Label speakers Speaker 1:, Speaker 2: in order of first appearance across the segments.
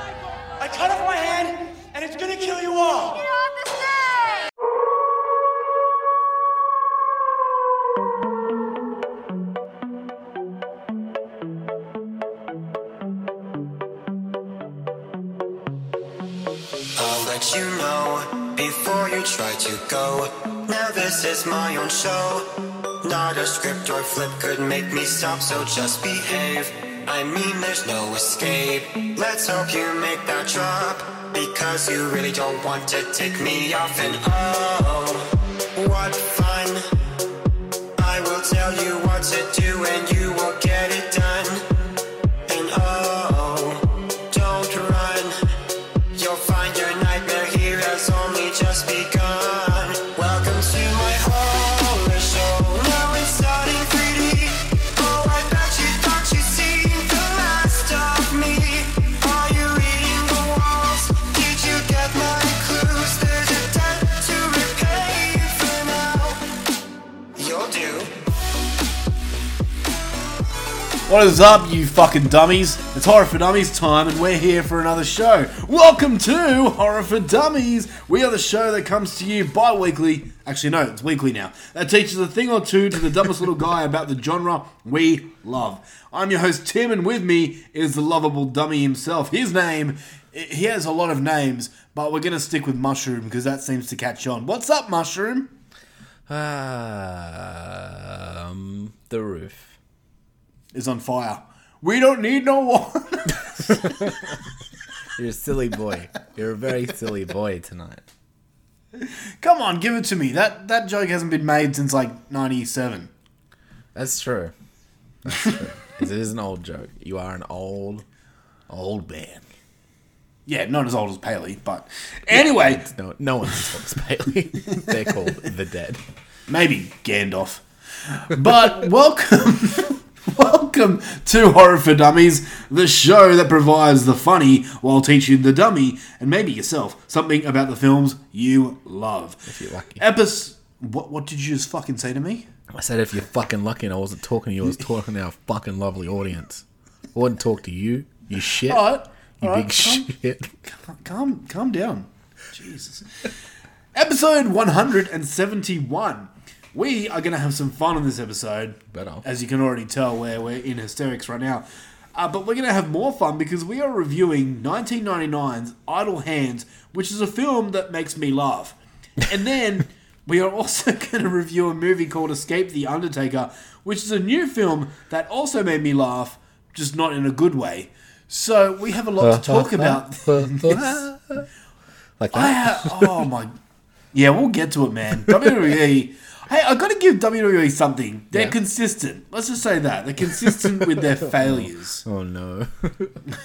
Speaker 1: I cut off my hand, and it's gonna kill you all.
Speaker 2: Get off the stage!
Speaker 3: I'll let you know before you try to go. Now this is my own show. Not a script or flip could make me stop, so just behave. I mean, there's no escape. Let's hope you make that drop. Because you really don't want to take me off, and oh, what fun! I will tell you what to do, and you will get it done. And oh, don't run. You'll find your nightmare here has only just begun. Welcome to my horror show. Now it's starting 3D. Oh, I bet you thought you'd seen the last of me. Are you reading the walls? Did you get my clues? There's a debt to repay for now. You'll do.
Speaker 4: What is up, you fucking dummies? It's Horror for Dummies time, and we're here for another show. Welcome to Horror for Dummies. We are the show that comes to you bi weekly. Actually, no, it's weekly now. That teaches a thing or two to the dumbest little guy about the genre we love. I'm your host, Tim, and with me is the lovable dummy himself. His name, he has a lot of names, but we're going to stick with Mushroom because that seems to catch on. What's up, Mushroom?
Speaker 5: Um, the roof.
Speaker 4: Is on fire. We don't need no one.
Speaker 5: You're a silly boy. You're a very silly boy tonight.
Speaker 4: Come on, give it to me. That that joke hasn't been made since like '97.
Speaker 5: That's true. That's true. it is an old joke. You are an old, old man.
Speaker 4: Yeah, not as old as Paley, but anyway,
Speaker 5: No, no one talks Bailey. They're called the dead.
Speaker 4: maybe Gandalf. But welcome, welcome to Horror for Dummies, the show that provides the funny while teaching the dummy and maybe yourself something about the films you love. If
Speaker 5: you're lucky.
Speaker 4: Epis, what what did you just fucking say to me?
Speaker 5: I said if you're fucking lucky, and I wasn't talking to you. I was talking to our fucking lovely audience. I wouldn't talk to you. You shit.
Speaker 4: All right,
Speaker 5: you
Speaker 4: all right,
Speaker 5: big
Speaker 4: calm-
Speaker 5: shit.
Speaker 4: calm calm down. Jesus. episode 171. We are going to have some fun on this episode.
Speaker 5: Better.
Speaker 4: As you can already tell, where we're in hysterics right now. Uh, but we're going to have more fun because we are reviewing 1999's Idle Hands, which is a film that makes me laugh. And then we are also going to review a movie called Escape the Undertaker, which is a new film that also made me laugh, just not in a good way. So we have a
Speaker 5: Uh,
Speaker 4: lot to talk about.
Speaker 5: Like
Speaker 4: I
Speaker 5: that.
Speaker 4: ha- oh my, yeah, we'll get to it, man. WWE. Hey, I got to give WWE something. They're
Speaker 5: Yeah.
Speaker 4: consistent. Let's just say that they're consistent with their failures.
Speaker 5: Oh no.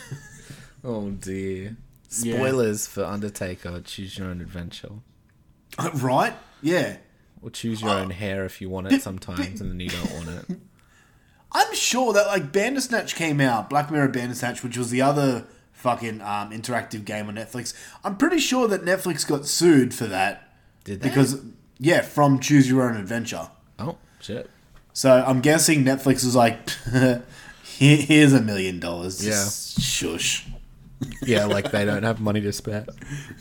Speaker 5: oh dear. Spoilers for Undertaker, choose your own adventure.
Speaker 4: Right? Yeah.
Speaker 5: Or choose your own hair if you want it sometimes and then you don't want it.
Speaker 4: I'm sure that like Bandersnatch came out, Black Mirror Bandersnatch, which was the other fucking um, interactive game on Netflix. I'm pretty sure that Netflix got sued for that
Speaker 5: Did they?
Speaker 4: because yeah, from Choose Your Own Adventure.
Speaker 5: Oh, shit.
Speaker 4: So I'm guessing Netflix was like, "Here- here's a million dollars. Just Shush.
Speaker 5: Yeah, like they don't have money to spare.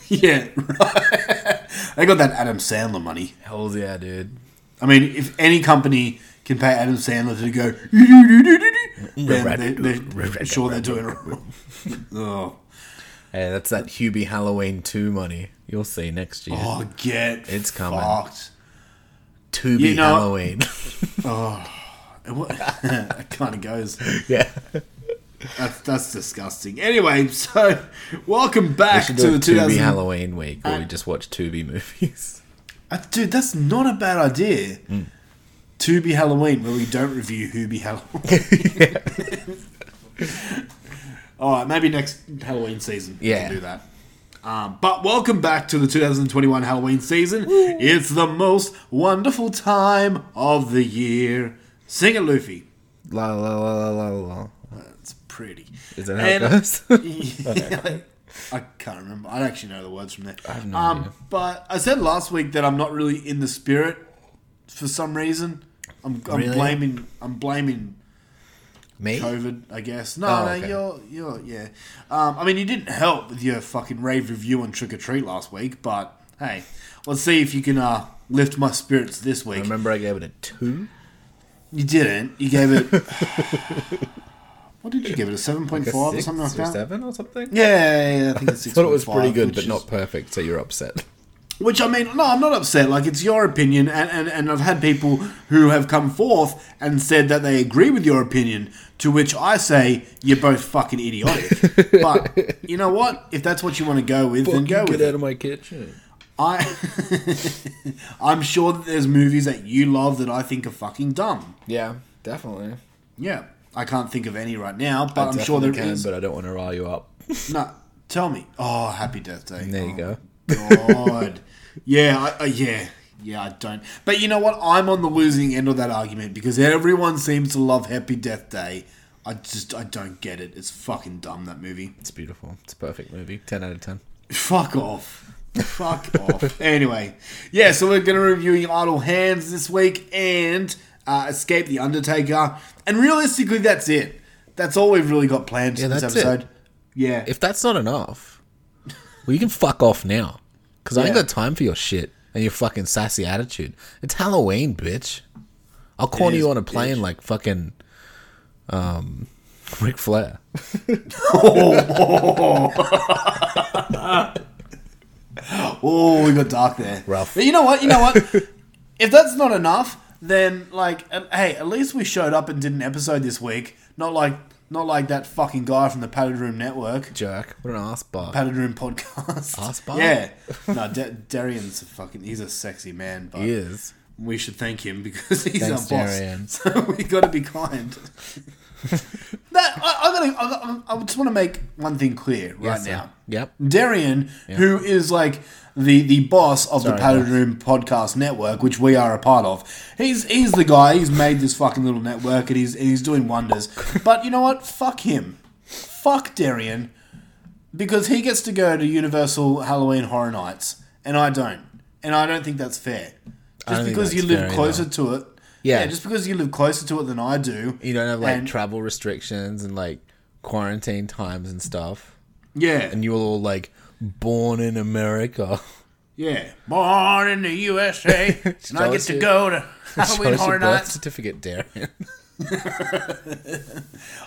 Speaker 4: Yeah, right. they got that Adam Sandler money.
Speaker 5: Hells yeah, dude.
Speaker 4: I mean, if any company can pay Adam Sandler to go, "Doo-doo-doo-doo-doo," then they, they're sure they're doing it. wrong. Oh,
Speaker 5: Hey, that's that Hubie Halloween 2 money. You'll see next year.
Speaker 4: oh, get
Speaker 5: It's coming.
Speaker 4: Fucked.
Speaker 5: Tubi
Speaker 4: you know-
Speaker 5: Halloween.
Speaker 4: It wa- that kind of goes.
Speaker 5: yeah.
Speaker 4: That's, that's disgusting. Anyway, so welcome back to Uh,
Speaker 5: Should do
Speaker 4: the
Speaker 5: a Tubi
Speaker 4: 2000.
Speaker 5: Halloween week where we just watch Tubi movies.
Speaker 4: Uh, Dude, that's not a bad idea.
Speaker 5: Hmm.
Speaker 4: To be Halloween, where we don't review Who Be Halloween. All right, maybe next Halloween season we
Speaker 5: Yeah.
Speaker 4: can do that. Um, but welcome back to the 2021 Halloween season. It's the most wonderful time of the year. Sing it, Luffy.
Speaker 5: La la la la la la.
Speaker 4: That's pretty.
Speaker 5: Is that how
Speaker 4: And-
Speaker 5: it goes?
Speaker 4: I can't remember. I don't actually know the words from there. I
Speaker 5: have no idea.
Speaker 4: But I said last week that I'm not really in the spirit for some reason. I'm, I'm
Speaker 5: Really?
Speaker 4: blaming. I'm blaming.
Speaker 5: Me?
Speaker 4: COVID, I guess. No,
Speaker 5: Oh,
Speaker 4: no,
Speaker 5: okay.
Speaker 4: you're, you're, yeah. Um, I mean, you didn't help with your fucking rave review on Trick or Treat last week, but hey, let's see if you can uh, lift my spirits this week.
Speaker 5: Remember, I gave it a two.
Speaker 4: You didn't. You gave it. what did you give it? A seven point
Speaker 5: Like a
Speaker 4: five or
Speaker 5: six
Speaker 4: something like
Speaker 5: or
Speaker 4: that.
Speaker 5: seven or something.
Speaker 4: Yeah, yeah, yeah, I think it's six.
Speaker 5: Thought it was pretty good, but not perfect. So you're upset.
Speaker 4: Which I mean, no, I'm not upset. Like it's your opinion, and, and and I've had people who have come forth and said that they agree with your opinion. To which I say, you're both fucking idiotic. but you know what? If that's what you want to go with, then go with it.
Speaker 5: of my kitchen.
Speaker 4: I, I'm sure that there's movies that you love that I think are fucking dumb.
Speaker 5: Yeah, definitely.
Speaker 4: Yeah, I can't think of any right now, but
Speaker 5: I
Speaker 4: I'm sure there
Speaker 5: definitely
Speaker 4: is.
Speaker 5: can, but I don't want to rile you up.
Speaker 4: No, tell me. Oh, happy death day.
Speaker 5: There you
Speaker 4: Oh. go.
Speaker 5: go.
Speaker 4: God. yeah, I, uh, yeah, yeah. I don't. But you know what? I'm on the losing end of that argument because everyone seems to love Happy Death Day. I just I don't get it. It's fucking dumb that movie.
Speaker 5: It's beautiful. It's a perfect movie. Ten out of ten.
Speaker 4: Fuck off. Fuck off. Anyway, yeah. So we're gonna review Idle Hands this week and uh, Escape the Undertaker. And realistically, that's it. That's all we've really got planned
Speaker 5: Yeah,
Speaker 4: for this
Speaker 5: that's it.
Speaker 4: episode. Yeah.
Speaker 5: If that's not enough, well, you can fuck off now. Because I ain't
Speaker 4: Yeah.
Speaker 5: got time for your shit and your fucking sassy attitude. It's Halloween, bitch. I'll corner
Speaker 4: is,
Speaker 5: you on a plane
Speaker 4: bitch.
Speaker 5: like fucking um, Ric Flair.
Speaker 4: Oh, we got dark there.
Speaker 5: Rough.
Speaker 4: But you know what? You know what? if that's not enough, then like, um, hey, at least we showed up and did an episode this week. Not like, not like that fucking guy from the Padded Room Network,
Speaker 5: Jerk. What an ass bar.
Speaker 4: Padded Room Podcast.
Speaker 5: Ass bar?
Speaker 4: Yeah. No, De- Darian's a fucking. He's a sexy man, but
Speaker 5: He is.
Speaker 4: we should thank him because he's
Speaker 5: Thanks,
Speaker 4: our boss.
Speaker 5: Darian.
Speaker 4: So we got to be kind. that I, I gotta. I, I I just want to make one thing clear right
Speaker 5: Yes, sir.
Speaker 4: now.
Speaker 5: Yep.
Speaker 4: Darian, who is like the the boss of the
Speaker 5: Sorry,
Speaker 4: Padded
Speaker 5: boss.
Speaker 4: Room Podcast Network, which we are a part of. He's he's the guy. He's made this fucking little network, and he's and he's doing wonders. But you know what? Fuck him. Fuck Darian, because he gets to go to Universal Halloween Horror Nights, and I don't. And I don't think that's fair.
Speaker 5: don't
Speaker 4: Just
Speaker 5: think
Speaker 4: because you
Speaker 5: that's fair
Speaker 4: live
Speaker 5: either.
Speaker 4: closer to it.
Speaker 5: Yeah.
Speaker 4: Just because you live closer to it than I do.
Speaker 5: You don't have like
Speaker 4: and-
Speaker 5: travel restrictions and like quarantine times and stuff.
Speaker 4: Yeah.
Speaker 5: And you were all like born in America.
Speaker 4: Yeah. Born in the USA, and I
Speaker 5: Show
Speaker 4: get
Speaker 5: us
Speaker 4: to
Speaker 5: your-
Speaker 4: go to
Speaker 5: Show
Speaker 4: Halloween
Speaker 5: us your
Speaker 4: Horror
Speaker 5: birth
Speaker 4: Nights.
Speaker 5: certificate, Darren.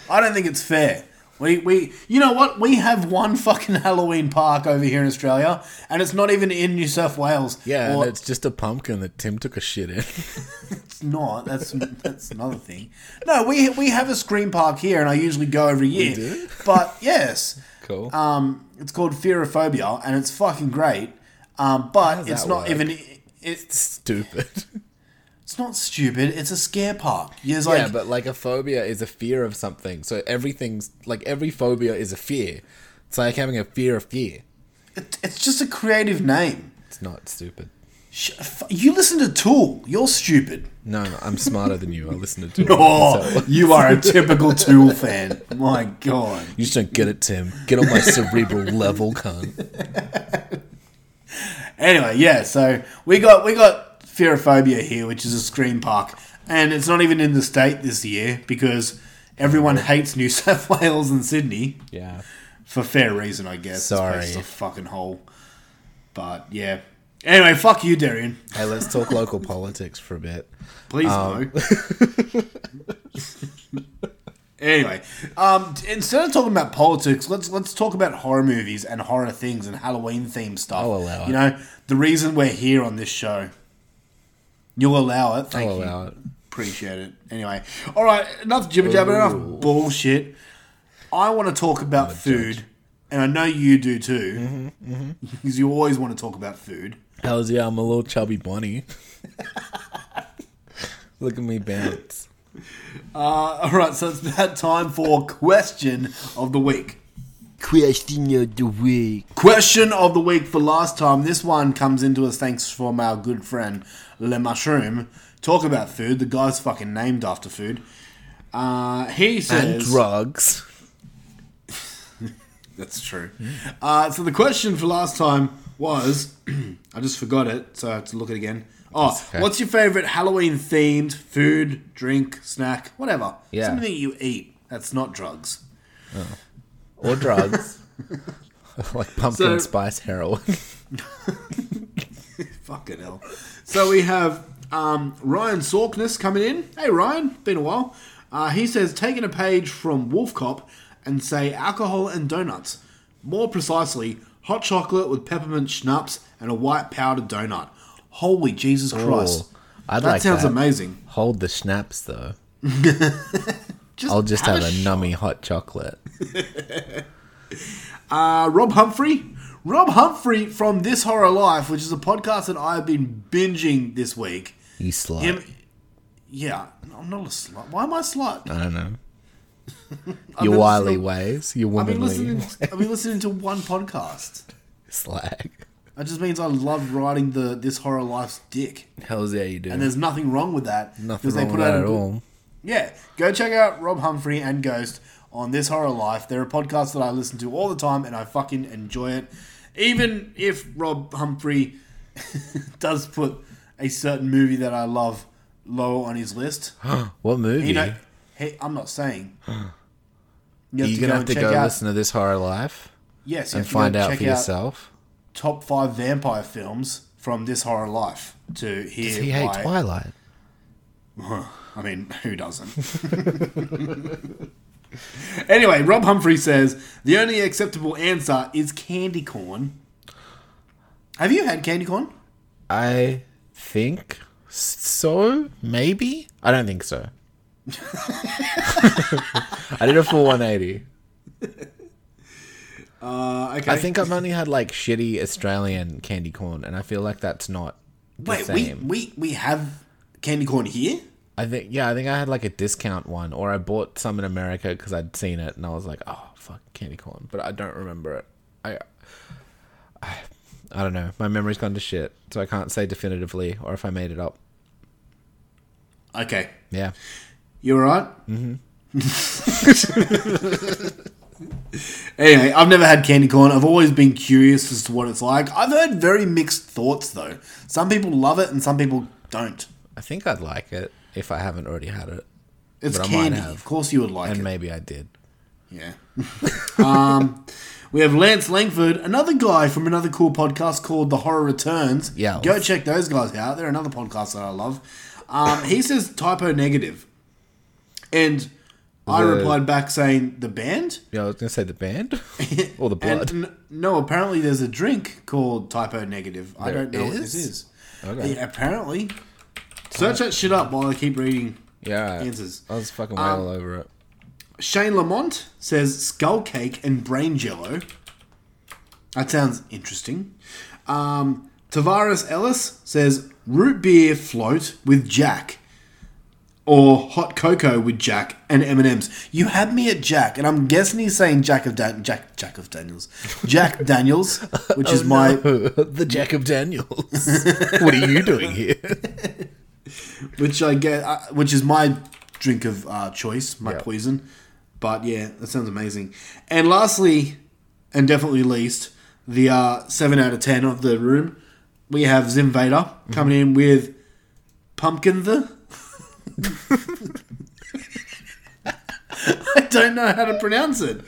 Speaker 4: I don't think it's fair. We, we, you know what? We have one fucking Halloween park over here in Australia, and it's not even in New South Wales.
Speaker 5: Yeah,
Speaker 4: Or-
Speaker 5: and it's just a pumpkin that Tim took a shit in.
Speaker 4: it's not. That's that's another thing. No, we we have a scream park here, and I usually go every year.
Speaker 5: do?
Speaker 4: But yes,
Speaker 5: Cool.
Speaker 4: um, it's called Fearophobia, and it's fucking great. Um, but
Speaker 5: does
Speaker 4: it's
Speaker 5: that
Speaker 4: not
Speaker 5: work?
Speaker 4: even. It, it's
Speaker 5: Stupid.
Speaker 4: it's not stupid. It's a scare park. There's
Speaker 5: yeah,
Speaker 4: like
Speaker 5: but like a phobia is a fear of something. So everything's like every phobia is a fear. It's like having a fear of fear.
Speaker 4: it, it's just a creative name.
Speaker 5: It's not stupid.
Speaker 4: Sh- f- You listen to Tool. You're stupid.
Speaker 5: No, no I'm smarter than you. I listen to.
Speaker 4: Oh, you are a typical Tool fan. My God.
Speaker 5: You just don't get it, Tim. Get on my cerebral level, cunt.
Speaker 4: Anyway, yeah. So we got we got Fearophobia here, which is a scream park, and it's not even in the state this year because everyone hates New South Wales and Sydney
Speaker 5: Yeah.
Speaker 4: for fair reason, I guess. This
Speaker 5: Sorry.
Speaker 4: place is a fucking hole. But yeah. Anyway, fuck you, Darian.
Speaker 5: Hey, let's talk local politics for a bit.
Speaker 4: Please no. anyway, um, t- instead of talking about politics, let's let's talk about horror movies and horror things and Halloween themed stuff.
Speaker 5: I'll allow it.
Speaker 4: You know the reason we're here on this show. You'll allow it. Thank
Speaker 5: I'll
Speaker 4: you.
Speaker 5: allow it.
Speaker 4: Appreciate it. Anyway, all right. Enough jibber jabber. Enough bullshit. I want to talk about food, and I know you do too, because
Speaker 5: Mm-hmm,
Speaker 4: you always want to talk about food.
Speaker 5: How's yeah? I'm a little chubby bunny. Look at me bounce.
Speaker 4: All right, so it's that time for question of the week.
Speaker 2: Question of the week.
Speaker 4: Question of the week for last time. This one comes into us thanks from our good friend Le Mushroom. Talk about food. The guy's fucking named after food. Uh, he
Speaker 5: And
Speaker 4: says
Speaker 5: drugs.
Speaker 4: that's true. Uh, so the question for last time was, I just forgot it, so I have to look it again. Oh,
Speaker 5: okay.
Speaker 4: what's your favorite Halloween themed food, drink, snack, whatever?
Speaker 5: Yeah.
Speaker 4: Something that you eat. That's not drugs.
Speaker 5: or drugs. like pumpkin
Speaker 4: So-
Speaker 5: spice heroin.
Speaker 4: Fucking hell. So we have um, Ryan Sorkness coming in. Hey, Ryan, been a while. Uh, he says, taking a page from Wolf Cop and say alcohol and donuts. More precisely, hot chocolate with peppermint schnapps and a white powdered donut. Holy Jesus Christ.
Speaker 5: Ooh, I'd
Speaker 4: that
Speaker 5: like
Speaker 4: sounds
Speaker 5: that.
Speaker 4: amazing.
Speaker 5: Hold the schnapps though. I'll just have, a, nummy hot chocolate.
Speaker 4: Uh, Rob Humphrey. Rob Humphrey from This Horror Life, which is a podcast that I've been binging this week.
Speaker 5: You slut.
Speaker 4: Him, yeah, I'm not a slut. Why am I a slut?
Speaker 5: I don't know.
Speaker 4: I've
Speaker 5: Your
Speaker 4: been
Speaker 5: wily
Speaker 4: listening-
Speaker 5: ways, your
Speaker 4: I've been
Speaker 5: womanly
Speaker 4: listening. I've been listening to one podcast.
Speaker 5: slag.
Speaker 4: That just means I love riding the this horror life's dick,
Speaker 5: Hell's yeah, you do.
Speaker 4: and there's nothing wrong with that.
Speaker 5: nothing
Speaker 4: 'cause
Speaker 5: wrong with that
Speaker 4: a
Speaker 5: at
Speaker 4: good-
Speaker 5: all.
Speaker 4: Yeah, go check out Rob Humphrey and Ghost on This Horror Life. They're a podcast that I listen to all the time, and I fucking enjoy it. Even if Rob Humphrey does put a certain movie that I love low on his list,
Speaker 5: What movie?
Speaker 4: you know, hey, I'm not saying.
Speaker 5: Are you gonna have to
Speaker 4: and
Speaker 5: go
Speaker 4: check out-
Speaker 5: listen to this horror life
Speaker 4: Yes, you
Speaker 5: and
Speaker 4: have to go
Speaker 5: find out
Speaker 4: check
Speaker 5: for yourself?
Speaker 4: top five vampire films from this horror life to hear
Speaker 5: Does he hate
Speaker 4: why-
Speaker 5: Twilight?
Speaker 4: I mean, who doesn't? anyway, Rob Humphrey says the only acceptable answer is candy corn. Have you had candy corn?
Speaker 5: I think so. Maybe I don't think so. I did a full 180.
Speaker 4: Uh, okay.
Speaker 5: I think I've only had like shitty Australian candy corn, and I feel like that's not the
Speaker 4: Wait, we,
Speaker 5: same.
Speaker 4: we we have candy corn here.
Speaker 5: I think yeah, I think I had like a discount one, or I bought some in America because I'd seen it, and I was like, oh fuck, candy corn, but I don't remember it. I, I, I don't know. My memory's gone to shit, so I can't say definitively, or if I made it up.
Speaker 4: Okay,
Speaker 5: Yeah,
Speaker 4: you all right? Mm-hmm. anyway, I've never had candy corn. I've always been curious as to what it's like. I've heard very mixed thoughts though. Some people love it and some people don't.
Speaker 5: I think I'd like it if I haven't already had it,
Speaker 4: It's
Speaker 5: But I might
Speaker 4: candy.
Speaker 5: have.
Speaker 4: Of course, you would like
Speaker 5: and
Speaker 4: it.
Speaker 5: maybe I did.
Speaker 4: Yeah. um, we have Lance Langford, another guy from another cool podcast called The Horror Returns.
Speaker 5: Yeah.
Speaker 4: Go check those guys out. They're another podcast that I love. Um, he says typo negative. And I
Speaker 5: The-
Speaker 4: replied back saying the band.
Speaker 5: Yeah, I was gonna say the band or the blood.
Speaker 4: And n- no, apparently there's a drink called typo negative. I
Speaker 5: There
Speaker 4: don't know what this
Speaker 5: is?
Speaker 4: is.
Speaker 5: Okay.
Speaker 4: Yeah, apparently. Search that shit up while I keep reading
Speaker 5: yeah, right.
Speaker 4: answers.
Speaker 5: I was fucking way
Speaker 4: Um,
Speaker 5: all over it.
Speaker 4: Shane Lamont says skull cake and brain jello. That sounds interesting. Um, Tavares Ellis says root beer float with Jack, or hot cocoa with Jack and M and M's. You had me at Jack, and I'm guessing he's saying Jack of Dan- Jack Jack of Daniels, Jack Daniels, which
Speaker 5: Oh,
Speaker 4: is my
Speaker 5: the Jack of Daniels. what are you doing here?
Speaker 4: which I get, uh, which is my drink of uh, choice, my
Speaker 5: Yeah.
Speaker 4: poison. But yeah, that sounds amazing. And lastly, and definitely least, the uh, seven out of ten of the room, we have Zim Vader coming in with pumpkin the. I don't know how to pronounce it.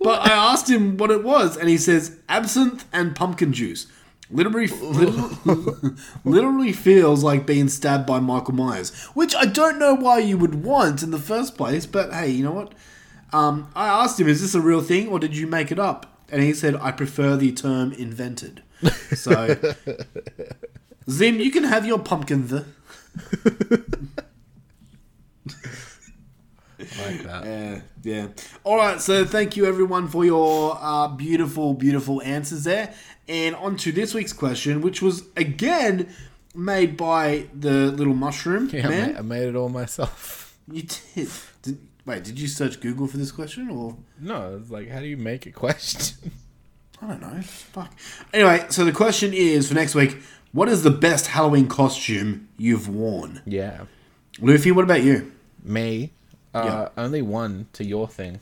Speaker 4: But I asked him what it was, and he says absinthe and pumpkin juice. Literally, literally, literally feels like being stabbed by Michael Myers, which I don't know why you would want in the first place. But hey, you know what? Um, I asked him, "Is this a real thing, or did you make it up?" And he said, "I prefer the term invented." So, Zim, you can have your pumpkin. The
Speaker 5: like that.
Speaker 4: Yeah, yeah. All right, so thank you everyone for your uh, beautiful, beautiful answers there. And on to this week's question, which was again made by the little mushroom
Speaker 5: Yeah, I
Speaker 4: man.
Speaker 5: ma- I made it all myself.
Speaker 4: You did. did. Wait, did you search Google for this question or?
Speaker 5: No, it's like, how do you make a question?
Speaker 4: I don't know. Fuck. Anyway, so the question is for next week: What is the best Halloween costume you've worn?
Speaker 5: Yeah.
Speaker 4: Luffy, what about you?
Speaker 5: Me. Uh, Only one to your thing.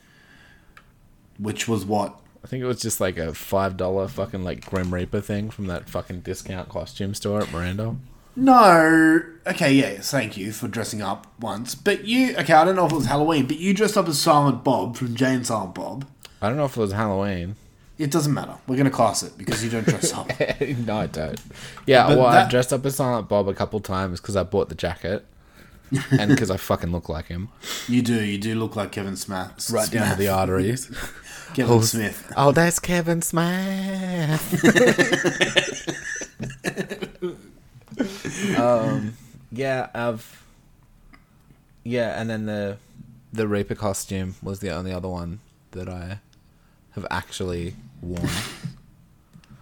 Speaker 4: Which was what?
Speaker 5: I think it was just like a $5 fucking like Grim Reaper thing from that fucking discount costume store at Miranda.
Speaker 4: No. Okay, yeah, thank you for dressing up once. But you, okay, I don't know if it was Halloween, but you dressed up as Silent Bob from Jane and Silent Bob.
Speaker 5: I don't know if it was Halloween.
Speaker 4: It doesn't matter. We're going to class it because you don't dress up.
Speaker 5: no, I don't. Yeah,
Speaker 4: But
Speaker 5: well, I
Speaker 4: that-
Speaker 5: dressed up as Silent Bob a couple times because I bought the jacket and because I fucking look like him.
Speaker 4: You do. You do look like Kevin Smith.
Speaker 5: Right down to the arteries.
Speaker 4: Kevin Smith.
Speaker 5: Oh, that's Kevin Smith. um, yeah, I've. Yeah, and then the the Reaper costume was the only other one that I have actually worn.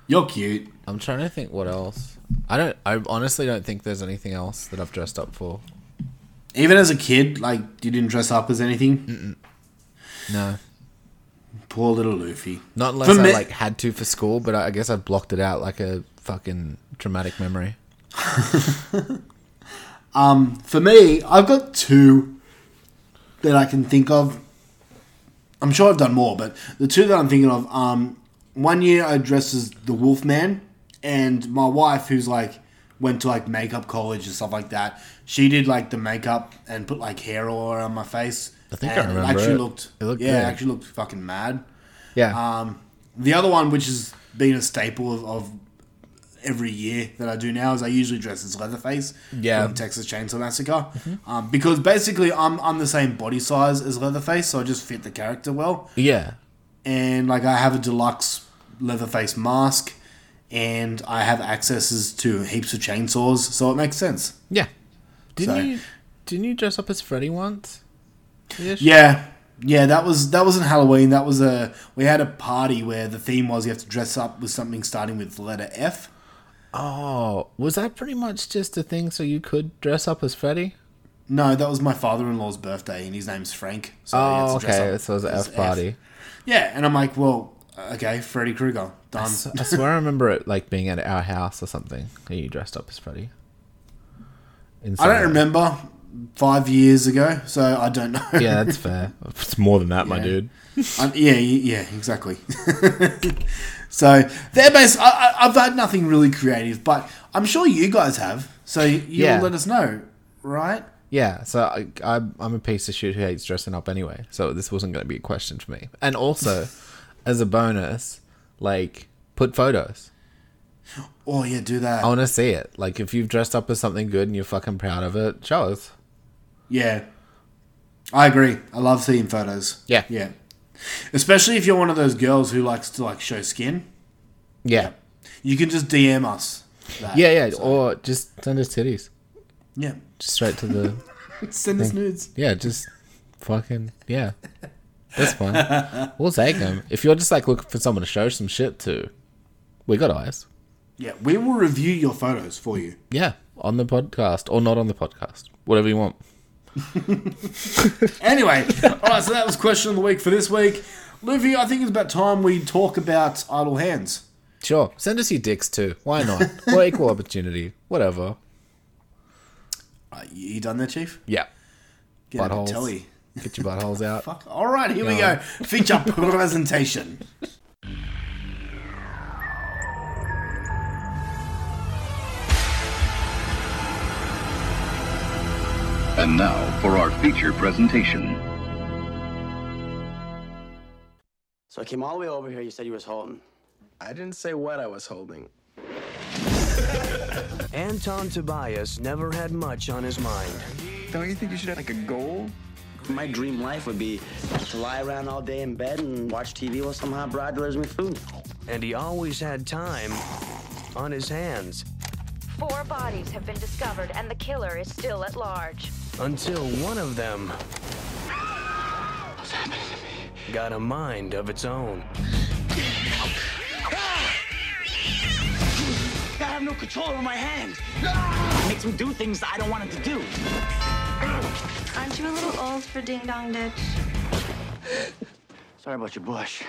Speaker 4: You're cute.
Speaker 5: I'm trying to think what else. I don't. I honestly don't think there's anything else that I've dressed up for.
Speaker 4: Even as a kid, like, you didn't dress up as anything.
Speaker 5: No,
Speaker 4: Poor little Luffy.
Speaker 5: not unless
Speaker 4: For
Speaker 5: I
Speaker 4: me-
Speaker 5: like had to for school. But I, I guess I blocked it out like a fucking traumatic memory.
Speaker 4: For me, I've got two that I can think of. I'm sure I've done more, but the two that I'm thinking of, um, one year I dressed as the Wolfman, and my wife, who's like went to like makeup college and stuff like that, she did like the makeup and put like hair oil on my face.
Speaker 5: I think I
Speaker 4: and
Speaker 5: remember
Speaker 4: Actually
Speaker 5: it.
Speaker 4: looked,
Speaker 5: It looked
Speaker 4: yeah,
Speaker 5: good.
Speaker 4: actually looked fucking mad.
Speaker 5: Yeah,
Speaker 4: Um, the other one, which has been a staple of, of every year that I do now, is I usually dress as Leatherface
Speaker 5: Yeah.
Speaker 4: from Texas Chainsaw Massacre, um, because basically I'm I'm the same body size as Leatherface, so I just fit the character well,
Speaker 5: yeah.
Speaker 4: and like I have a deluxe Leatherface mask, and I have accesses to heaps of chainsaws, so it makes sense.
Speaker 5: Yeah. Didn't
Speaker 4: So-
Speaker 5: you didn't you dress up as Freddy once? Ish?
Speaker 4: Yeah. Yeah, that was that wasn't Halloween. That was a we had a party where the theme was you have to dress up with something starting with the letter F.
Speaker 5: Oh, was that pretty much just a thing so you could dress up as Freddy?
Speaker 4: No, that was my father-in-law's birthday, and his name's Frank. So he had
Speaker 5: Oh,
Speaker 4: to dress
Speaker 5: okay.
Speaker 4: up
Speaker 5: So it was an
Speaker 4: as
Speaker 5: F party.
Speaker 4: Yeah, and I'm like, well, okay, Freddy Krueger, done.
Speaker 5: So- I swear I remember it like being at our house or something. and You dressed up as Freddy. In
Speaker 4: I
Speaker 5: some way.
Speaker 4: don't remember five years ago, so I don't know.
Speaker 5: Yeah, that's fair. It's more than that, my
Speaker 4: Yeah.
Speaker 5: dude.
Speaker 4: I- yeah, y- yeah, exactly. so they're based. I, I, I've had nothing really creative, but I'm sure you guys have. So you
Speaker 5: Yeah.
Speaker 4: will let us know, right?
Speaker 5: Yeah, so I, I, I'm a piece of shit who hates dressing up anyway. So this wasn't going to be a question for me. And also, as a bonus, like put photos.
Speaker 4: Oh yeah, do that.
Speaker 5: I want to see it. Like, if you've dressed up as something good and you're fucking proud of it, show us.
Speaker 4: Yeah. I agree. I love seeing photos.
Speaker 5: Yeah.
Speaker 4: Yeah. Especially if you're one of those girls who likes to like show skin.
Speaker 5: Yeah.
Speaker 4: You can just DM us. That.
Speaker 5: Yeah, yeah. Or just send us titties.
Speaker 4: Yeah.
Speaker 5: Just straight to the.
Speaker 4: Send us nudes.
Speaker 5: yeah, just fucking. Yeah. That's fine. We'll take them. If you're just like looking for someone to show some shit to, we got eyes.
Speaker 4: Yeah. We will review your photos for you.
Speaker 5: Yeah. On the podcast or not on the podcast. Whatever you want.
Speaker 4: Anyway, all right, so that was question of the week for this week. Luffy, I think it's about time we talk about idle hands.
Speaker 5: Sure. Send us your dicks too. Why not? or equal opportunity. Whatever.
Speaker 4: Uh, you you done there, Chief?
Speaker 5: Yeah.
Speaker 4: Get out of
Speaker 5: Buttholes.
Speaker 4: the telly.
Speaker 5: Get your buttholes out.
Speaker 4: Fuck. All right, here we
Speaker 5: Yeah.
Speaker 4: go. Feature presentation.
Speaker 6: And now for our feature presentation.
Speaker 7: So I came all the way over here. You said you was holding.
Speaker 8: I didn't say what I was holding.
Speaker 9: Anton Tobias never had much on his mind.
Speaker 6: Don't you think you should have like a goal?
Speaker 7: My dream life would be to lie around all day in bed and watch TV while some hot broad delivers me food.
Speaker 9: And he always had time on his hands
Speaker 10: Four bodies have been discovered, and the killer is still at large.
Speaker 9: until one of them got a mind of its own.
Speaker 7: I have no control over my hands. makes him do things I don't want him to do.
Speaker 11: Aren't you a little old for Ding Dong Ditch?
Speaker 7: Sorry about your bush.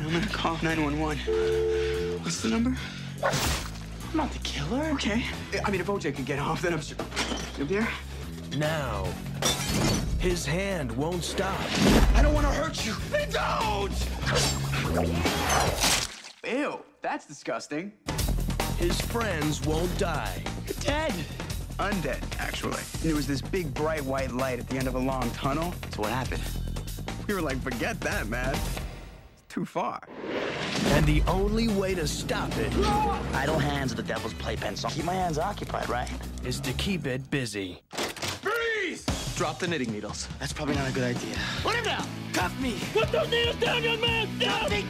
Speaker 7: I'm gonna call 911. What's the number? I'm not the killer. Okay. I mean, if OJ could get off, then I'm sure. You there?
Speaker 9: Now, his hand won't stop.
Speaker 7: I don't want to hurt you. They don't. Ew, that's disgusting.
Speaker 9: His friends won't die.
Speaker 7: Dead. Undead, actually. And there was this big bright white light at the end of a long tunnel. So what happened? We were like, forget that, man. It's too far.
Speaker 12: And the only way to stop it. Idle hands are the devil's playpen, so keep my hands occupied, right? Is to keep it busy.
Speaker 7: Freeze! Drop the knitting needles.
Speaker 12: That's probably not a good idea.
Speaker 7: Put him down! Cuff me! Put those needles down, young man! Cuff me,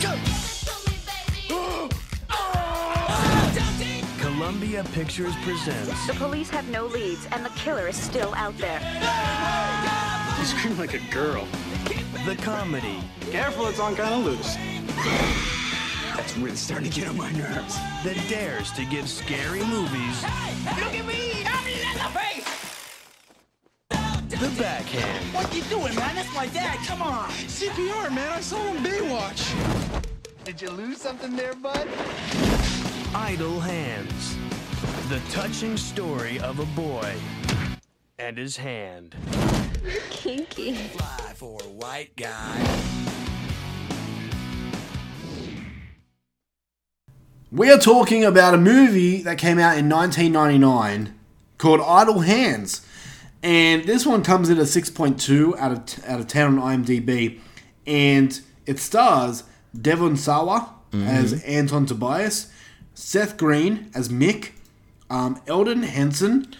Speaker 7: cuff me!
Speaker 12: Columbia Pictures presents.
Speaker 10: The police have no leads, and the killer is still out there.
Speaker 12: You scream like a girl. The comedy.
Speaker 7: Careful, it's on kind of loose. That's really starting to get on my nerves.
Speaker 12: That dares to give scary movies
Speaker 7: Look at me!
Speaker 12: the backhand.
Speaker 7: What you doing, man? That's my dad. Come on. CPR, man. I saw him Baywatch.
Speaker 8: Did you lose something there, bud?
Speaker 12: Idle Hands. The touching story of a boy and his hand.
Speaker 11: Kinky.
Speaker 12: Fly for a white guy.
Speaker 4: We are talking about a movie that came out in 1999 called Idle Hands. And this one comes in at 6.2 out of, t- out of 10 on IMDb. And it stars Devon Sawa as Anton Tobias, Seth Green as Mick, um, Eldon Henson.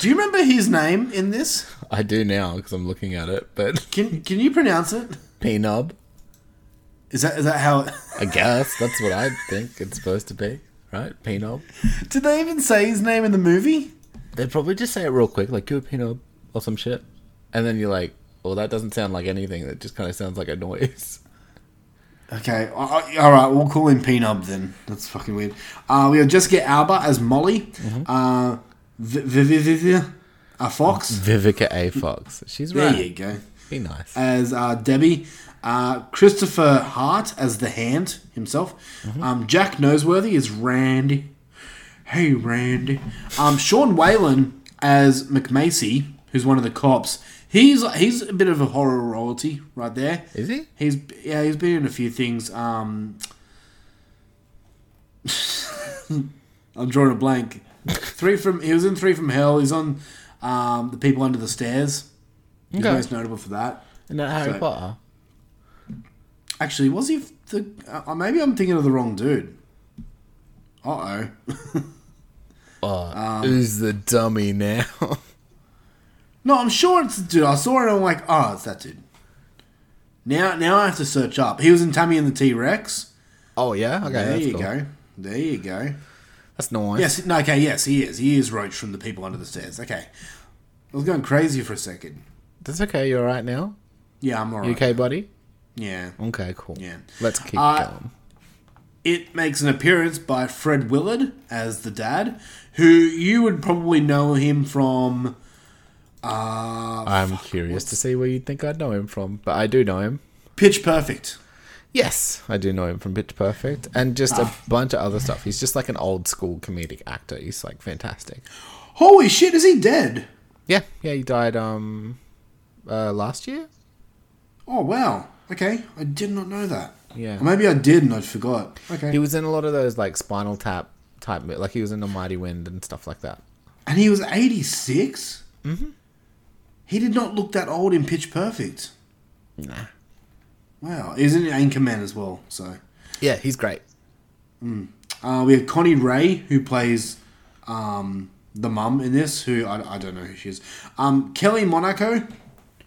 Speaker 4: Do you remember his name in this?
Speaker 5: I do now because I'm looking at it, but
Speaker 4: Can, can you pronounce it?
Speaker 5: Penob.
Speaker 4: Is that, is that how it.
Speaker 5: I guess that's what I think it's supposed to be, right? Penob.
Speaker 4: Did they even say his name in the movie?
Speaker 5: They probably just say it real quick, like "you a penob" or some shit, and then you're like, "Well, that doesn't sound like anything. That just kind of sounds like a noise."
Speaker 4: Okay, all right, all right, we'll call him Peanut then. That's fucking weird. Uh, we have Jessica Alba as Molly, uh, v- v- v- v- v- a fox.
Speaker 5: Vivica A. Fox. She's
Speaker 4: There
Speaker 5: right.
Speaker 4: you go.
Speaker 5: Be nice.
Speaker 4: As uh, Debbie, uh, Christopher Hart as the Hand himself.
Speaker 5: Mm-hmm.
Speaker 4: Um, Jack Noseworthy is Randy. Hey Randy. Um, Sean Whalen as McMacy, who's one of the cops. He's he's a bit of a horror royalty right there.
Speaker 5: Is he?
Speaker 4: He's yeah, he's been in a few things. Um, I'm drawing a blank. Three from he was in Three from Hell. He's on um, the People Under the Stairs. He's
Speaker 5: Okay.
Speaker 4: most notable for that.
Speaker 5: And not Harry
Speaker 4: So-
Speaker 5: Potter.
Speaker 4: Actually, was he f- the? Uh, maybe I'm thinking of the wrong dude. Uh oh. um,
Speaker 5: Who's the dummy now?
Speaker 4: no, I'm sure it's the dude. I saw it. and I'm like, oh, it's that dude. Now, now I have to search up. He was in Tammy and the T Rex.
Speaker 5: oh yeah. Okay.
Speaker 4: There
Speaker 5: that's
Speaker 4: you
Speaker 5: cool.
Speaker 4: go. There you go.
Speaker 5: That's nice.
Speaker 4: Yes, no, okay, yes, he is. He is Roach from the People Under the Stairs. Okay. I was going crazy for a second.
Speaker 5: That's okay. You're all right now.
Speaker 4: Yeah, I'm
Speaker 5: You
Speaker 4: alright.
Speaker 5: okay, buddy?
Speaker 4: Yeah.
Speaker 5: Okay, cool.
Speaker 4: Yeah.
Speaker 5: Let's keep
Speaker 4: Uh,
Speaker 5: going.
Speaker 4: It makes an appearance by Fred Willard as the dad, who you would probably know him from. Uh,
Speaker 5: I'm curious to see where you think I'd know him from, but I do know him.
Speaker 4: Pitch Perfect.
Speaker 5: Yes, I do know him from Pitch Perfect and just a bunch of other stuff. He's just like an old school comedic actor. He's like fantastic.
Speaker 4: Holy shit, is he dead?
Speaker 5: Yeah, yeah, he died um uh last year.
Speaker 4: Oh, wow. Okay, I did not know that.
Speaker 5: Yeah.
Speaker 4: Or maybe I did and I forgot. Okay.
Speaker 5: He was in a lot of those like Spinal Tap type mo- like he was in The Mighty Wind and stuff like that.
Speaker 4: and he was 86? Mm-hmm. He did not look that old in Pitch Perfect.
Speaker 5: Nah.
Speaker 4: Wow, isn't it Anchorman as well? So
Speaker 5: Yeah, he's great.
Speaker 4: uh, we have Connie Ray who plays um, the mum in this. Who I, I don't know who she is. Um, Kelly Monaco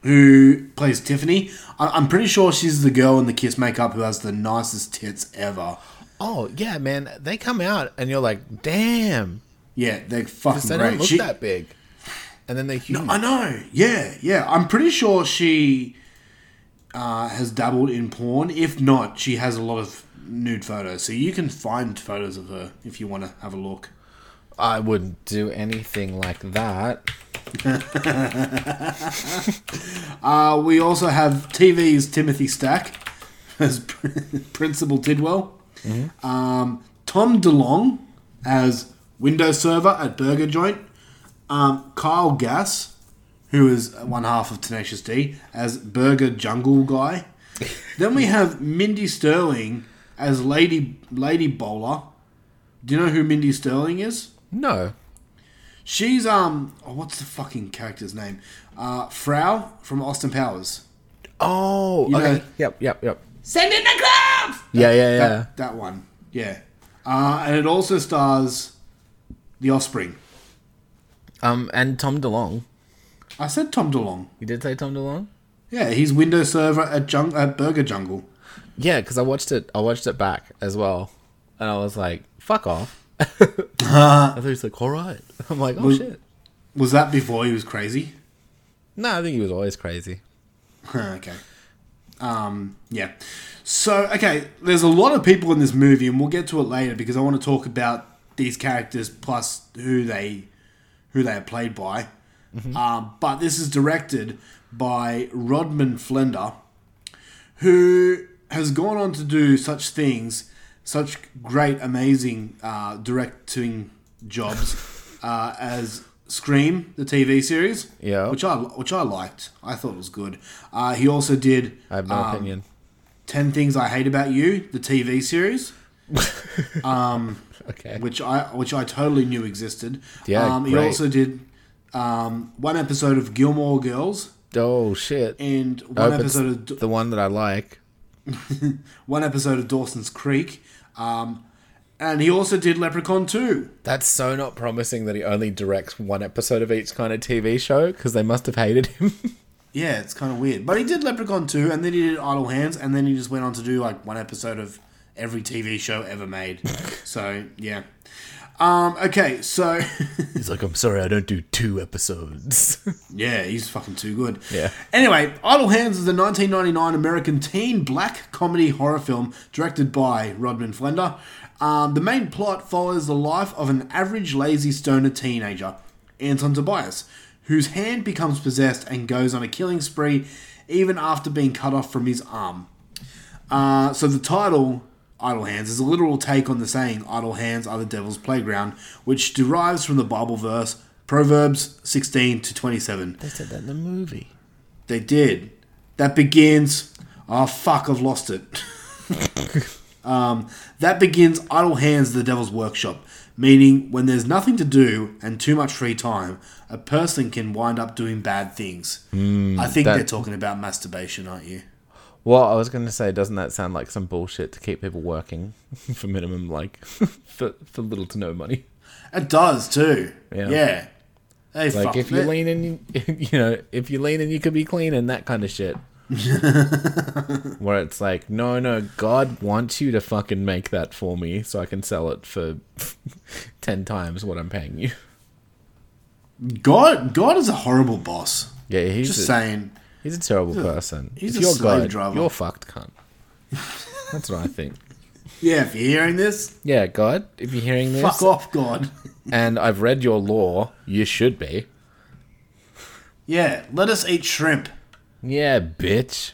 Speaker 4: who plays Tiffany. I, I'm pretty sure she's the girl in the kiss makeup who has the nicest tits ever.
Speaker 5: Oh, yeah, man. They come out and you're like, "Damn."
Speaker 4: Yeah, they're
Speaker 5: 'cause
Speaker 4: fucking
Speaker 5: They
Speaker 4: great.
Speaker 5: don't look
Speaker 4: She-
Speaker 5: that big. And then they're huge.
Speaker 4: I know. Yeah, yeah. I'm pretty sure she uh, has dabbled in porn. If not, she has a lot of nude photos. So you can find photos of her if you want to have a look.
Speaker 5: I wouldn't do anything like that.
Speaker 4: Uh, we also have TV's Timothy Stack as Prin- Principal Tidwell. Um, Tom DeLong as window server at Burger Joint. Um, Kyle Gass, who is one half of Tenacious D, as Burger Jungle Guy. then we have Mindy Sterling as Lady Lady Bowler. Do you know who Mindy Sterling is?
Speaker 5: No.
Speaker 4: She's um, oh, what's the fucking character's name? Uh, Frau from Austin Powers.
Speaker 5: Oh,
Speaker 4: You
Speaker 5: okay.
Speaker 4: know-
Speaker 5: Yep, yep, yep.
Speaker 13: Send in the clubs!
Speaker 5: Yeah, yeah, yeah.
Speaker 4: That, that one. Yeah. Uh, and it also stars The Offspring.
Speaker 5: Um, and Tom DeLong.
Speaker 4: I said Tom DeLong.
Speaker 5: You did say Tom DeLong.
Speaker 4: Yeah, he's window server at jung- at Burger Jungle.
Speaker 5: Yeah, because I watched it. I watched it back as well, and I was like, "Fuck off." I thought he was like, "All right." I'm like, "Oh
Speaker 4: was,
Speaker 5: shit."
Speaker 4: Was that before he was crazy?
Speaker 5: No, I think he was always crazy.
Speaker 4: okay. Um, yeah. So, okay, there's a lot of people in this movie, and we'll get to it later because I want to talk about these characters plus who they who they are played by.
Speaker 5: Mm-hmm.
Speaker 4: Um, but this is directed by Rodman Flender, who has gone on to do such things, such great, amazing uh, directing jobs uh, as Scream, the TV series,
Speaker 5: Yeah.
Speaker 4: which I which I liked. I thought it was good. Uh, he also did
Speaker 5: I have no
Speaker 4: um,
Speaker 5: opinion.
Speaker 4: Ten Things I Hate About You, the TV series. um,
Speaker 5: okay.
Speaker 4: Which I which I totally knew existed.
Speaker 5: Yeah,
Speaker 4: Um, He
Speaker 5: great.
Speaker 4: also did um, one episode of Gilmore Girls
Speaker 5: Oh shit!
Speaker 4: and
Speaker 5: I
Speaker 4: one
Speaker 5: hope it's
Speaker 4: episode of
Speaker 5: the one that I like.
Speaker 4: one episode of Dawson's Creek. Um, and he also did Leprechaun 2.
Speaker 5: That's so not promising that he only directs one episode of each kind of TV show because they must have hated him.
Speaker 4: Yeah, it's kind of weird. But he did Leprechaun 2, and then he did Idle Hands, and then he just went on to do like one episode of every TV show ever made. so, yeah. Um, okay, so.
Speaker 5: He's like, "I'm sorry, I don't do two episodes."
Speaker 4: yeah, he's fucking too good.
Speaker 5: yeah.
Speaker 4: Anyway, Idle Hands is a 1999 American teen black comedy horror film directed by Rodman Flender. Um, the main plot follows the life of an average lazy stoner teenager, Anton Tobias, whose hand becomes possessed and goes on a killing spree even after being cut off from his arm. Uh, so the title Idle Hands is a literal take on the saying "Idle hands are the devil's playground," which derives from the Bible verse Proverbs 16 to 27.
Speaker 5: They said that in the movie.
Speaker 4: They did. That begins. Oh fuck! I've lost it. um, that begins idle hands the devil's workshop, meaning when there's nothing to do and too much free time, a person can wind up doing bad things. I think
Speaker 5: Hmm, that-
Speaker 4: they're talking about masturbation, aren't you?
Speaker 5: Well, I was going to say, doesn't that sound like some bullshit to keep people working for minimum, like for, for little to no money?
Speaker 4: It does too.
Speaker 5: Yeah.
Speaker 4: Yeah. Hey,
Speaker 5: like
Speaker 4: fuck
Speaker 5: if you
Speaker 4: it.
Speaker 5: lean in, you, you know, if you lean in, you could be clean and that kind of shit. Where it's like, no, no, God wants you to fucking make that for me, so I can sell it for ten times what I'm paying you.
Speaker 4: God, God is a horrible boss.
Speaker 5: Yeah, he's
Speaker 4: Just
Speaker 5: a-
Speaker 4: saying.
Speaker 5: He's a terrible
Speaker 4: He's a-
Speaker 5: person.
Speaker 4: he's a
Speaker 5: If you're
Speaker 4: slave
Speaker 5: God,
Speaker 4: driver.
Speaker 5: You're fucked, cunt. That's what I think.
Speaker 4: Yeah, if you're hearing this,
Speaker 5: Yeah, God, if you're hearing this,
Speaker 4: fuck off, God.
Speaker 5: and I've read your law, you should be.
Speaker 4: Yeah, let us eat shrimp.
Speaker 5: Yeah, bitch.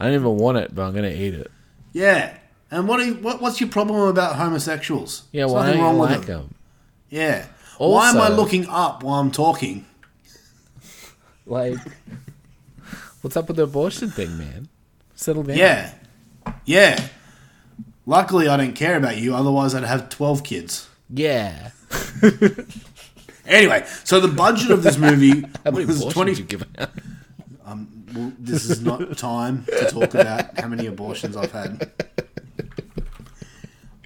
Speaker 5: I don't even want it, but I'm gonna eat it.
Speaker 4: Yeah. And what, do you, what what's your problem about homosexuals?
Speaker 5: Yeah,
Speaker 4: There's
Speaker 5: why
Speaker 4: nothing
Speaker 5: don't you
Speaker 4: wrong with
Speaker 5: like
Speaker 4: them.
Speaker 5: them?
Speaker 4: Yeah. why am I
Speaker 5: Also-
Speaker 4: looking up while I'm talking?
Speaker 5: Like, what's up with the abortion thing, man? Settle down.
Speaker 4: Yeah. Yeah. Luckily, I don't care about you. Otherwise, I'd have twelve kids.
Speaker 5: Yeah.
Speaker 4: Anyway, so the budget of this movie
Speaker 5: How many
Speaker 4: was
Speaker 5: abortions
Speaker 4: twenty.
Speaker 5: you given out?
Speaker 4: Um, well, this is not time to talk about how many abortions I've had.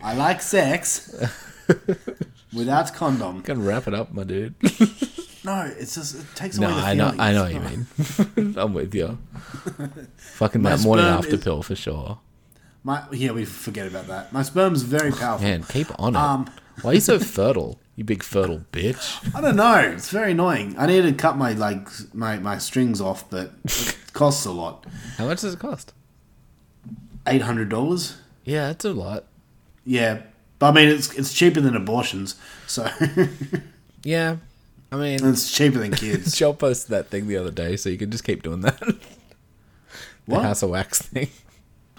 Speaker 4: I like sex without condom.
Speaker 5: Can wrap it up, my dude.
Speaker 4: No, it's just it takes
Speaker 5: no,
Speaker 4: away the
Speaker 5: I know,
Speaker 4: feeling.
Speaker 5: I know what
Speaker 4: It's
Speaker 5: you
Speaker 4: not-
Speaker 5: mean. I'm with you. Fucking
Speaker 4: My
Speaker 5: that morning
Speaker 4: sperm
Speaker 5: after
Speaker 4: is-
Speaker 5: pill for sure.
Speaker 4: My yeah, we forget about that. My sperm's very powerful.
Speaker 5: Man, keep on it.
Speaker 4: Um,
Speaker 5: Why are you so fertile? You big fertile bitch.
Speaker 4: I don't know. It's very annoying. I need to cut my like my, my strings off, but it costs a lot.
Speaker 5: How much does it cost?
Speaker 4: Eight hundred dollars.
Speaker 5: Yeah, it's a lot.
Speaker 4: Yeah, but I mean it's it's cheaper than abortions, so
Speaker 5: Yeah. I mean,
Speaker 4: it's cheaper than kids.
Speaker 5: Shell posted that thing the other day, so you can just keep doing that. the
Speaker 4: What?
Speaker 5: House of Wax thing.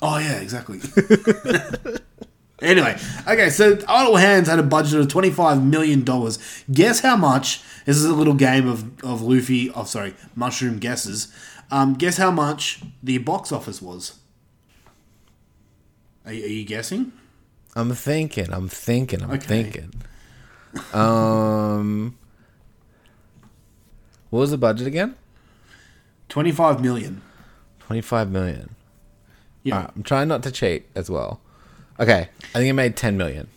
Speaker 4: Oh yeah, exactly. anyway, okay, so Idle Hands had a budget of twenty five million dollars. Guess how much? This is a little game of of Luffy. Oh, sorry, mushroom guesses. Um, guess how much the box office was. Are, you- are you guessing?
Speaker 5: I'm thinking, I'm thinking, I'm
Speaker 4: Okay.
Speaker 5: thinking. Um, what was the budget again?
Speaker 4: Twenty-five million.
Speaker 5: Twenty-five million.
Speaker 4: Yeah.
Speaker 5: Alright, I'm trying not to cheat as well. Okay, I think it made ten million.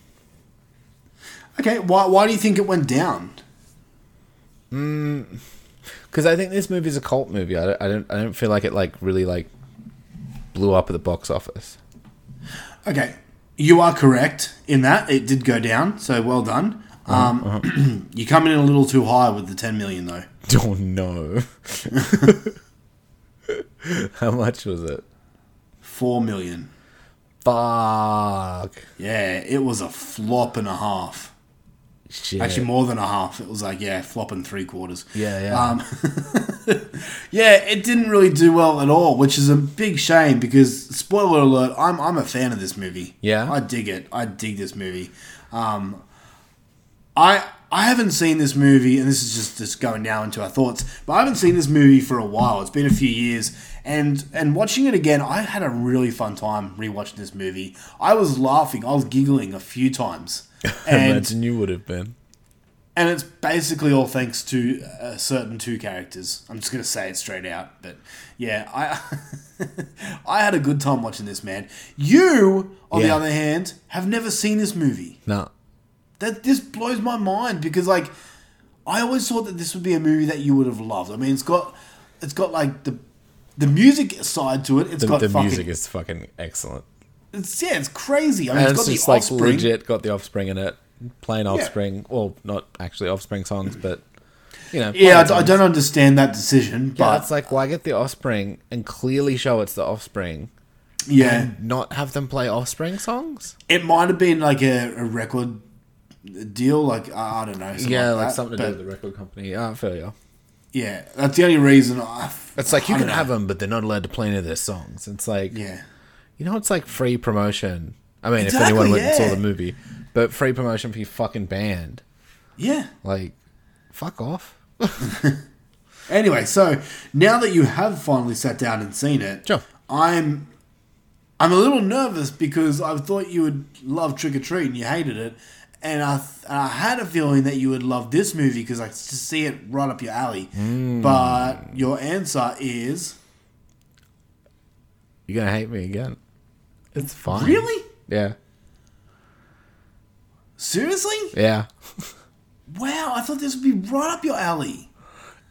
Speaker 4: Okay, why, why do you think it went down?
Speaker 5: Mm, because I think this movie's a cult movie. I don't, I don't, I don't feel like it like really like blew up at the box office.
Speaker 4: Okay, you are correct in that it did go down. So well done. Um, you come in a little too high with the ten million though.
Speaker 5: Oh no! How much was it?
Speaker 4: Four million.
Speaker 5: Fuck.
Speaker 4: Yeah, it was a flop and a half.
Speaker 5: Shit.
Speaker 4: Actually, more than a half. It was like yeah, flop and three quarters.
Speaker 5: Yeah, yeah.
Speaker 4: Um, yeah, it didn't really do well at all, which is a big shame because spoiler alert, I'm I'm a fan of this movie.
Speaker 5: Yeah?
Speaker 4: I dig it. I dig this movie. Um, I I haven't seen this movie, and this is just just going now into our thoughts. But I haven't seen this movie for a while. It's been a few years, and and watching it again, I had a really fun time rewatching this movie. I was laughing, I was giggling a few times, and
Speaker 5: Imagine you would have been.
Speaker 4: and it's basically all thanks to a certain two characters. I'm just gonna say it straight out, but yeah, I I had a good time watching this man. You, on the
Speaker 5: Yeah.
Speaker 4: other hand, have never seen this movie.
Speaker 5: No.
Speaker 4: That this blows my mind because like I always thought that this would be a movie that you would have loved. I mean, it's got it's got like the the music side to it. It's
Speaker 5: The,
Speaker 4: got
Speaker 5: the
Speaker 4: fucking,
Speaker 5: music is fucking excellent.
Speaker 4: It's yeah, it's crazy. I mean,
Speaker 5: and
Speaker 4: it's
Speaker 5: it's,
Speaker 4: got
Speaker 5: just
Speaker 4: the
Speaker 5: like
Speaker 4: offspring.
Speaker 5: legit got the offspring in it. Plain offspring. Well, not actually offspring songs, but you know.
Speaker 4: Yeah, I d- I
Speaker 5: plain songs.
Speaker 4: don't understand that decision, but
Speaker 5: Yeah, it's like why get the offspring and clearly show it's the offspring.
Speaker 4: Yeah.
Speaker 5: and not have them play offspring songs.
Speaker 4: It might have been like a, a record deal, like I I don't know.
Speaker 5: yeah, like,
Speaker 4: that,
Speaker 5: something to
Speaker 4: but
Speaker 5: do with the record company. Yeah, I feel you.
Speaker 4: Yeah, that's the only reason I.
Speaker 5: It's like you
Speaker 4: I don't
Speaker 5: can
Speaker 4: know.
Speaker 5: have them, but they're not allowed to play any of their songs. It's like
Speaker 4: yeah,
Speaker 5: you know, it's like free promotion. I mean, if
Speaker 4: Exactly,
Speaker 5: anyone went and saw
Speaker 4: yeah.
Speaker 5: the movie, but free promotion for your fucking band,
Speaker 4: Yeah.
Speaker 5: like fuck off.
Speaker 4: Anyway, so now that you have finally sat down and seen it, I'm I'm a little nervous because I thought you would love Trick or Treat and you hated it, and I th- I had a feeling that you would love this movie because I s- see it right up your alley.
Speaker 5: Hmm.
Speaker 4: But your answer is
Speaker 5: You're gonna hate me again. It's fine.
Speaker 4: Really?
Speaker 5: Yeah.
Speaker 4: seriously?
Speaker 5: Yeah.
Speaker 4: Wow, I thought this would be right up your alley.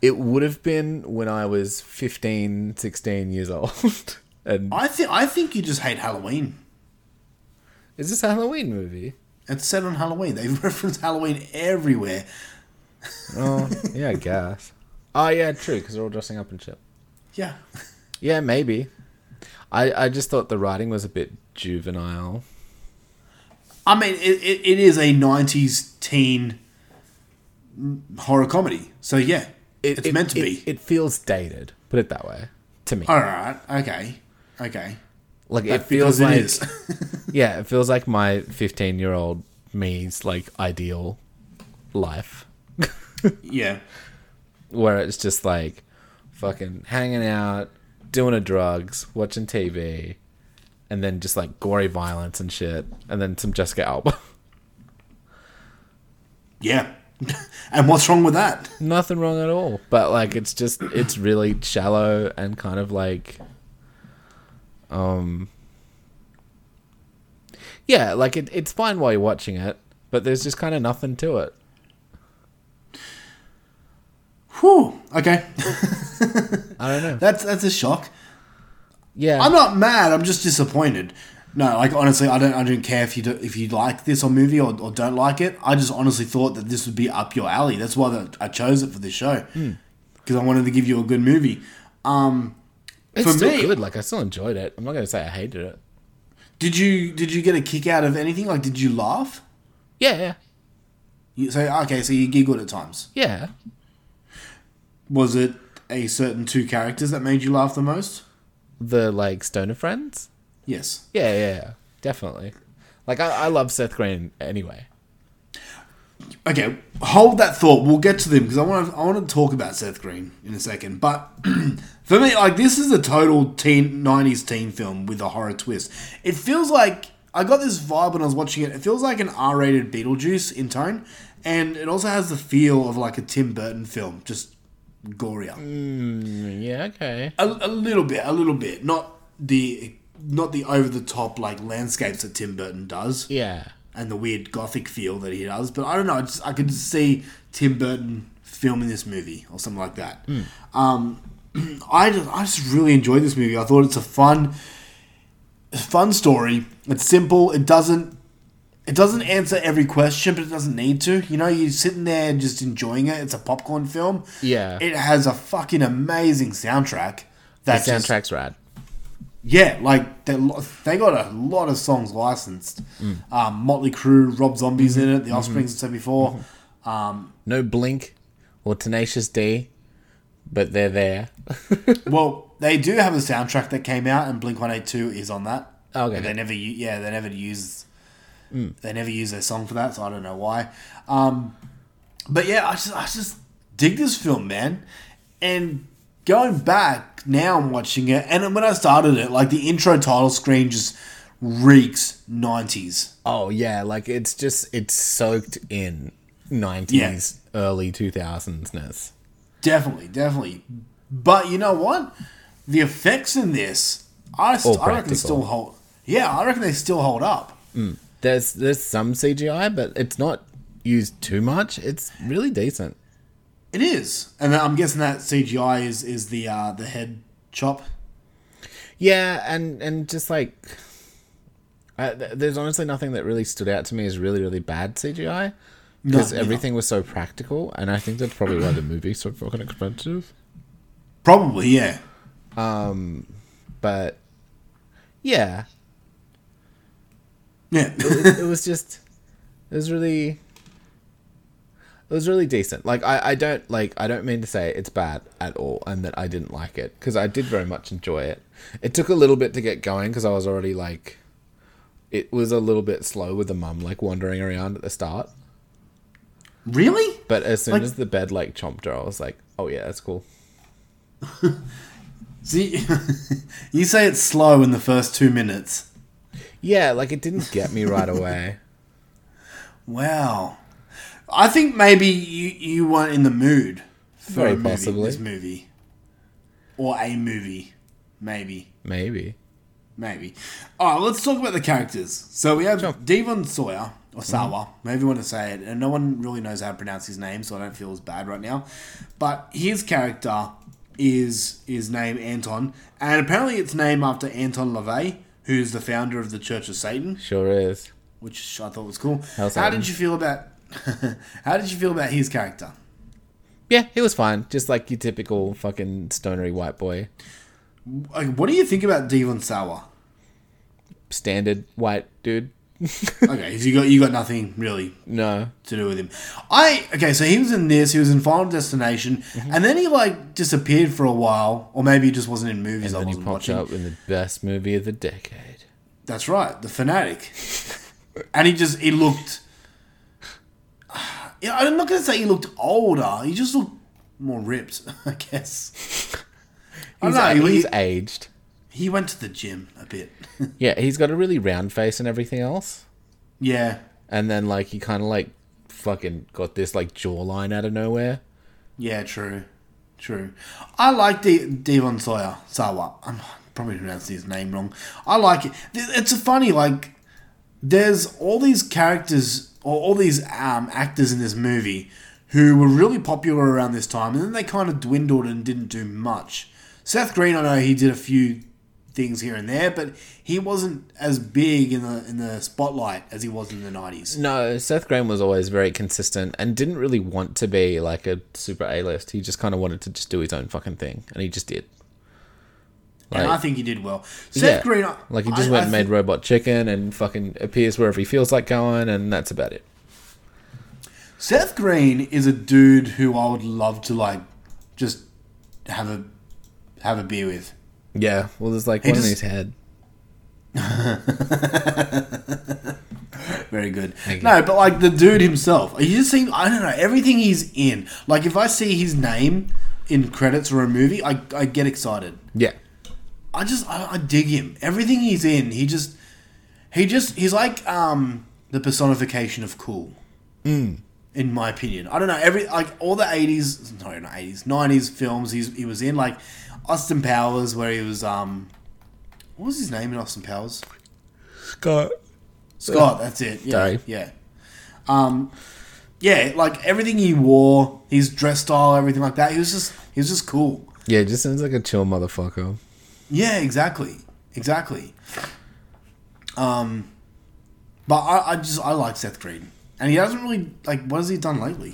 Speaker 5: It would have been when I was 15, 16 years old. and
Speaker 4: I think I think you just hate Halloween.
Speaker 5: Is this a Halloween movie?
Speaker 4: It's set on Halloween. They reference Halloween everywhere.
Speaker 5: Oh, yeah, I guess. Oh, yeah, true, because they're all dressing up and shit.
Speaker 4: Yeah.
Speaker 5: Yeah, maybe. I, I just thought the writing was a bit juvenile.
Speaker 4: I mean, it, it, it is a 90s teen horror comedy. So, yeah, it's meant to be.
Speaker 5: It feels dated, put it that way, to me.
Speaker 4: All right. Okay. Okay.
Speaker 5: Like,
Speaker 4: That-
Speaker 5: it feels
Speaker 4: because
Speaker 5: like.
Speaker 4: it
Speaker 5: yeah, it feels like my 15 year old me's, like, ideal life.
Speaker 4: Yeah.
Speaker 5: where it's just like fucking hanging out, doing the drugs, watching TV, and then just like gory violence and shit, and then some Jessica Alba.
Speaker 4: Yeah. and what's wrong with that?
Speaker 5: Nothing wrong at all. But like it's just it's really shallow and kind of like um Yeah, like it, it's fine while you're watching it, but there's just kind of nothing to it.
Speaker 4: Whew. Okay.
Speaker 5: I don't know.
Speaker 4: That's, that's a shock.
Speaker 5: Yeah.
Speaker 4: I'm not mad. I'm just disappointed. No, like honestly, I don't. I don't care if you do, if you like this or movie or, or don't like it. I just honestly thought that this would be up your alley. That's why that I chose it for this show
Speaker 5: Hmm.
Speaker 4: because I wanted to give you a good movie. Um,
Speaker 5: It's
Speaker 4: for
Speaker 5: still
Speaker 4: me,
Speaker 5: good. Like I still enjoyed it. I'm not gonna say I hated it.
Speaker 4: did you did you get a kick out of anything? Like, did you laugh?
Speaker 5: Yeah, yeah,
Speaker 4: You, so okay, so you giggled at times.
Speaker 5: yeah.
Speaker 4: Was it a certain two characters that made you laugh the most?
Speaker 5: The like Stoner Friends.
Speaker 4: Yes.
Speaker 5: Yeah, yeah, yeah. Definitely. Like I, I love Seth Green anyway.
Speaker 4: Okay, hold that thought. We'll get to them because I want to. I want to talk about Seth Green in a second. But for me, like this is a total teen '90s teen film with a horror twist. It feels like I got this vibe when I was watching it. It feels like an R-rated Beetlejuice in tone, and it also has the feel of like a Tim Burton film, just gorier.
Speaker 5: Mm, yeah, okay.
Speaker 4: A, a little bit, a little bit. Not the not the over the top like landscapes that Tim Burton does.
Speaker 5: Yeah.
Speaker 4: And the weird gothic feel that he does, but I don't know. I, just, I could see Tim Burton filming this movie or something like that.
Speaker 5: Mm.
Speaker 4: Um, I just, I just really enjoyed this movie. I thought it's a fun, fun story. It's simple. It doesn't, it doesn't answer every question, but it doesn't need to. You know, you're sitting there just enjoying it. It's a popcorn film.
Speaker 5: Yeah.
Speaker 4: It has a fucking amazing soundtrack.
Speaker 5: the
Speaker 4: That just-
Speaker 5: soundtrack's rad.
Speaker 4: yeah, like they lo- they got a lot of songs licensed.
Speaker 5: Mm.
Speaker 4: Um, Motley Crue, Rob Zombie's in it. The
Speaker 5: Mhm.
Speaker 4: Offspring's said before.
Speaker 5: Mm-hmm.
Speaker 4: Um,
Speaker 5: No Blink or Tenacious D, but they're there.
Speaker 4: well, they do have a soundtrack that came out, and Blink One Eight Two is on that.
Speaker 5: Oh, Okay.
Speaker 4: But they never, u- yeah, they never use,
Speaker 5: Mm.
Speaker 4: they never use their song for that, so I don't know why. Um, but yeah, I just, I just dig this film, man. And going back now, I'm watching it, and when I started it, like the intro title screen just reeks '90s.
Speaker 5: Oh yeah, like it's just it's soaked in nineties, early two thousands ness.
Speaker 4: Definitely, definitely. But you know what? The effects in this, I, st-
Speaker 5: All
Speaker 4: I reckon
Speaker 5: practical.
Speaker 4: still hold. Yeah, I reckon they still hold up.
Speaker 5: Mm. There's there's some CGI, but it's not used too much. It's really decent.
Speaker 4: It is, and I'm guessing that CGI is is the uh, the head chop.
Speaker 5: Yeah, and and just like I, th- there's honestly nothing that really stood out to me as really really bad CGI
Speaker 4: No,
Speaker 5: because
Speaker 4: yeah.
Speaker 5: everything was so practical, and I think that's probably why the movie's so fucking expensive.
Speaker 4: Probably, yeah.
Speaker 5: Um, but yeah,
Speaker 4: yeah.
Speaker 5: it, was, it was just it was really it was really decent. Like I I don't like I don't mean to say it's bad at all, and that I didn't like it because I did very much enjoy it. It took a little bit to get going because I was already like it was a little bit slow with the mum like wandering around at the start.
Speaker 4: Really?
Speaker 5: But as soon
Speaker 4: Like-
Speaker 5: as the bed like chomped her, I was like, oh yeah, that's cool.
Speaker 4: See, you say it's slow in the first two minutes.
Speaker 5: Yeah, like it didn't get me right away.
Speaker 4: Wow, I think maybe you you weren't in the mood for
Speaker 5: Very
Speaker 4: a movie,
Speaker 5: possibly.
Speaker 4: this movie or a movie, maybe.
Speaker 5: Maybe.
Speaker 4: Maybe. All right, let's talk about the characters. So we have Devon Sawyer, or Sawa, however you want to say it, and no one really knows how to pronounce his name, so I don't feel as bad right now. But his character is is named Anton, and apparently it's named after Anton LaVey, who's the founder of the Church of Satan,
Speaker 5: Sure is.
Speaker 4: which I thought was cool.
Speaker 5: Hell,
Speaker 4: how
Speaker 5: Satan.
Speaker 4: did you feel about how did you feel about his character?
Speaker 5: Yeah, he was fine. Just like your typical fucking stonery white boy.
Speaker 4: Like, what do you think about Devon Sawa?
Speaker 5: Standard white dude.
Speaker 4: okay, so you got you got nothing really
Speaker 5: no
Speaker 4: to do with him. I okay, so he was in this. He was in Final Destination,
Speaker 5: Mm-hmm.
Speaker 4: and then he like disappeared for a while, or maybe he just wasn't in movies. I
Speaker 5: And he
Speaker 4: wasn't
Speaker 5: popped
Speaker 4: watching.
Speaker 5: up in the best movie of the decade.
Speaker 4: That's right, the fanatic, and he just he looked. Yeah, I'm not gonna say he looked older. He just looked more ripped, I guess. I
Speaker 5: He's,
Speaker 4: don't know. He,
Speaker 5: he's aged.
Speaker 4: he went to the gym a bit.
Speaker 5: Yeah, he's got a really round face and everything else.
Speaker 4: Yeah.
Speaker 5: And then like he kind of like fucking got this like jawline out of nowhere.
Speaker 4: Yeah, true, true. I like De- Devon Sawyer. Sawa. I'm probably pronouncing his name wrong. I like it. Th- It's funny. Like, there's all these characters or all these um, actors in this movie who were really popular around this time, and then they kind of dwindled and didn't do much. Seth Green, I know he did a few things here and there, but he wasn't as big in the in the spotlight as he was in the '90s.
Speaker 5: No, Seth Graham was always very consistent and didn't really want to be like a super A list. He just kind of wanted to just do his own fucking thing, and he just did.
Speaker 4: and I
Speaker 5: Like-
Speaker 4: think he did well. Seth
Speaker 5: Yeah.
Speaker 4: Green,
Speaker 5: like he just
Speaker 4: I-
Speaker 5: went
Speaker 4: I
Speaker 5: and
Speaker 4: think-
Speaker 5: made Robot Chicken and fucking appears wherever he feels like going, and that's about it.
Speaker 4: Seth Green is a dude who I would love to like just have a have a beer with.
Speaker 5: Yeah, well, there's like
Speaker 4: He
Speaker 5: one in
Speaker 4: just-
Speaker 5: his head.
Speaker 4: Very good.
Speaker 5: Thank
Speaker 4: No, but like the dude himself, you just seem I don't know everything he's in. Like if I see his name in credits or a movie, I I get excited.
Speaker 5: Yeah.
Speaker 4: I just I, I dig him. Everything he's in, he just He just he's like um the personification of cool. In my opinion, I don't know every like all the eighties, no, not eighties, nineties films he's, he was in, like Austin Powers, where he was um, what was his name in Austin Powers?
Speaker 5: Scott.
Speaker 4: Scott, that's it. Yeah,
Speaker 5: Sorry.
Speaker 4: yeah. Um, yeah, like everything he wore, his dress style, everything like that. He was just he was just cool.
Speaker 5: Yeah, it just sounds like a chill motherfucker.
Speaker 4: Yeah, exactly, exactly. Um, but I, I just I like Seth Green, and he hasn't really like what has he done lately?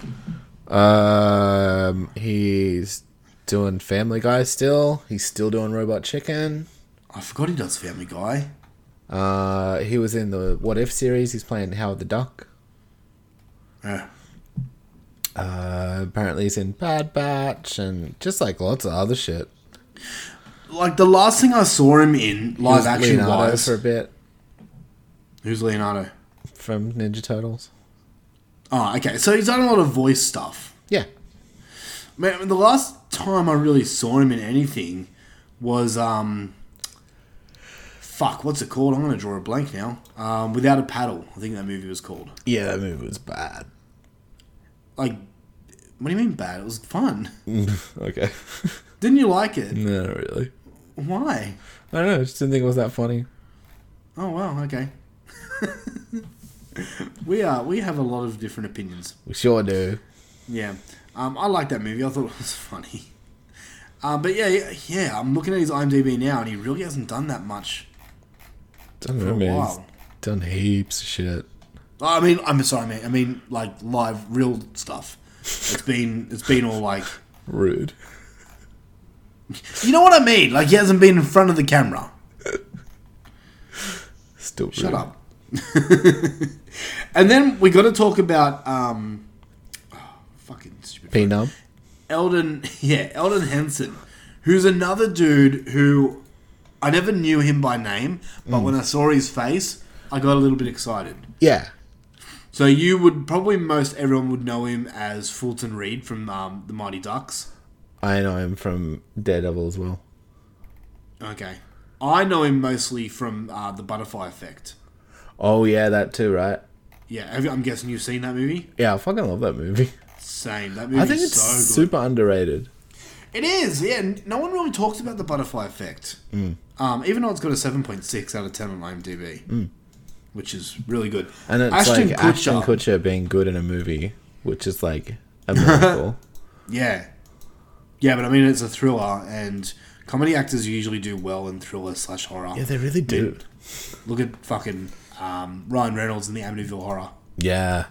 Speaker 5: Um, he's doing Family Guy still. He's still doing Robot Chicken.
Speaker 4: I forgot he does Family Guy.
Speaker 5: Uh, he was in the What If series. He's playing Howard the Duck.
Speaker 4: Yeah.
Speaker 5: Uh, apparently he's in Bad Batch and just like lots of other shit.
Speaker 4: Like the last thing I saw him in
Speaker 5: He
Speaker 4: live
Speaker 5: was
Speaker 4: action
Speaker 5: Leonardo
Speaker 4: wise,
Speaker 5: for a bit
Speaker 4: who's Leonardo?
Speaker 5: from Ninja Turtles.
Speaker 4: Oh, okay. So he's done a lot of voice stuff.
Speaker 5: Yeah.
Speaker 4: Man, the last time I really saw him in anything was um, fuck, what's it called? I'm gonna draw a blank now. Um, Without a paddle, I think that movie was called.
Speaker 5: Yeah, that movie was bad.
Speaker 4: Like, what do you mean bad? It was fun.
Speaker 5: okay.
Speaker 4: Didn't you like it?
Speaker 5: no, not really.
Speaker 4: Why?
Speaker 5: I don't know. I just didn't think it was that funny.
Speaker 4: Oh wow, okay. we are we have a lot of different opinions.
Speaker 5: We sure do.
Speaker 4: Yeah, um, I like that movie. I thought it was funny. Um, but yeah, yeah, yeah, I'm looking at his IMDb now, and he really hasn't done that much.
Speaker 5: Don't
Speaker 4: For
Speaker 5: know,
Speaker 4: a
Speaker 5: man. He's
Speaker 4: while.
Speaker 5: done heaps of shit.
Speaker 4: I mean, I'm sorry, mate. I mean, like live, real stuff. It's been it's been all like,
Speaker 5: Rude.
Speaker 4: you know what I mean? Like he hasn't been in front of the camera.
Speaker 5: Still rude.
Speaker 4: Shut up. and then we got to talk about um, oh, fucking stupid.
Speaker 5: Peanut.
Speaker 4: Eldon, yeah, Eldon Henson, who's another dude who I never knew him by name, but
Speaker 5: Mm.
Speaker 4: when I saw his face, I got a little bit excited.
Speaker 5: Yeah.
Speaker 4: So you would probably most everyone would know him as Fulton Reed from um, the Mighty Ducks.
Speaker 5: I know him from Daredevil as well.
Speaker 4: Okay, I know him mostly from uh, the Butterfly Effect.
Speaker 5: Oh yeah, that too, right?
Speaker 4: Yeah, have you- I'm guessing you've seen that movie.
Speaker 5: Yeah, I fucking love that movie.
Speaker 4: Same, that movie.
Speaker 5: I think it's
Speaker 4: so good.
Speaker 5: super underrated.
Speaker 4: It is, yeah. n- No one really talks about the Butterfly Effect.
Speaker 5: Mm.
Speaker 4: Um, even though it's got a 7.6 out of 10 on IMDb,
Speaker 5: Mm.
Speaker 4: which is really good.
Speaker 5: And it's
Speaker 4: Ashton
Speaker 5: like
Speaker 4: Kutcher.
Speaker 5: Ashton Kutcher being good in a movie, which is like a miracle.
Speaker 4: Yeah. Yeah, but I mean, it's a thriller, and comedy actors usually do well in thriller slash horror.
Speaker 5: Yeah, they really
Speaker 4: I mean,
Speaker 5: do.
Speaker 4: Look at fucking um, Ryan Reynolds in the Amityville Horror.
Speaker 5: yeah.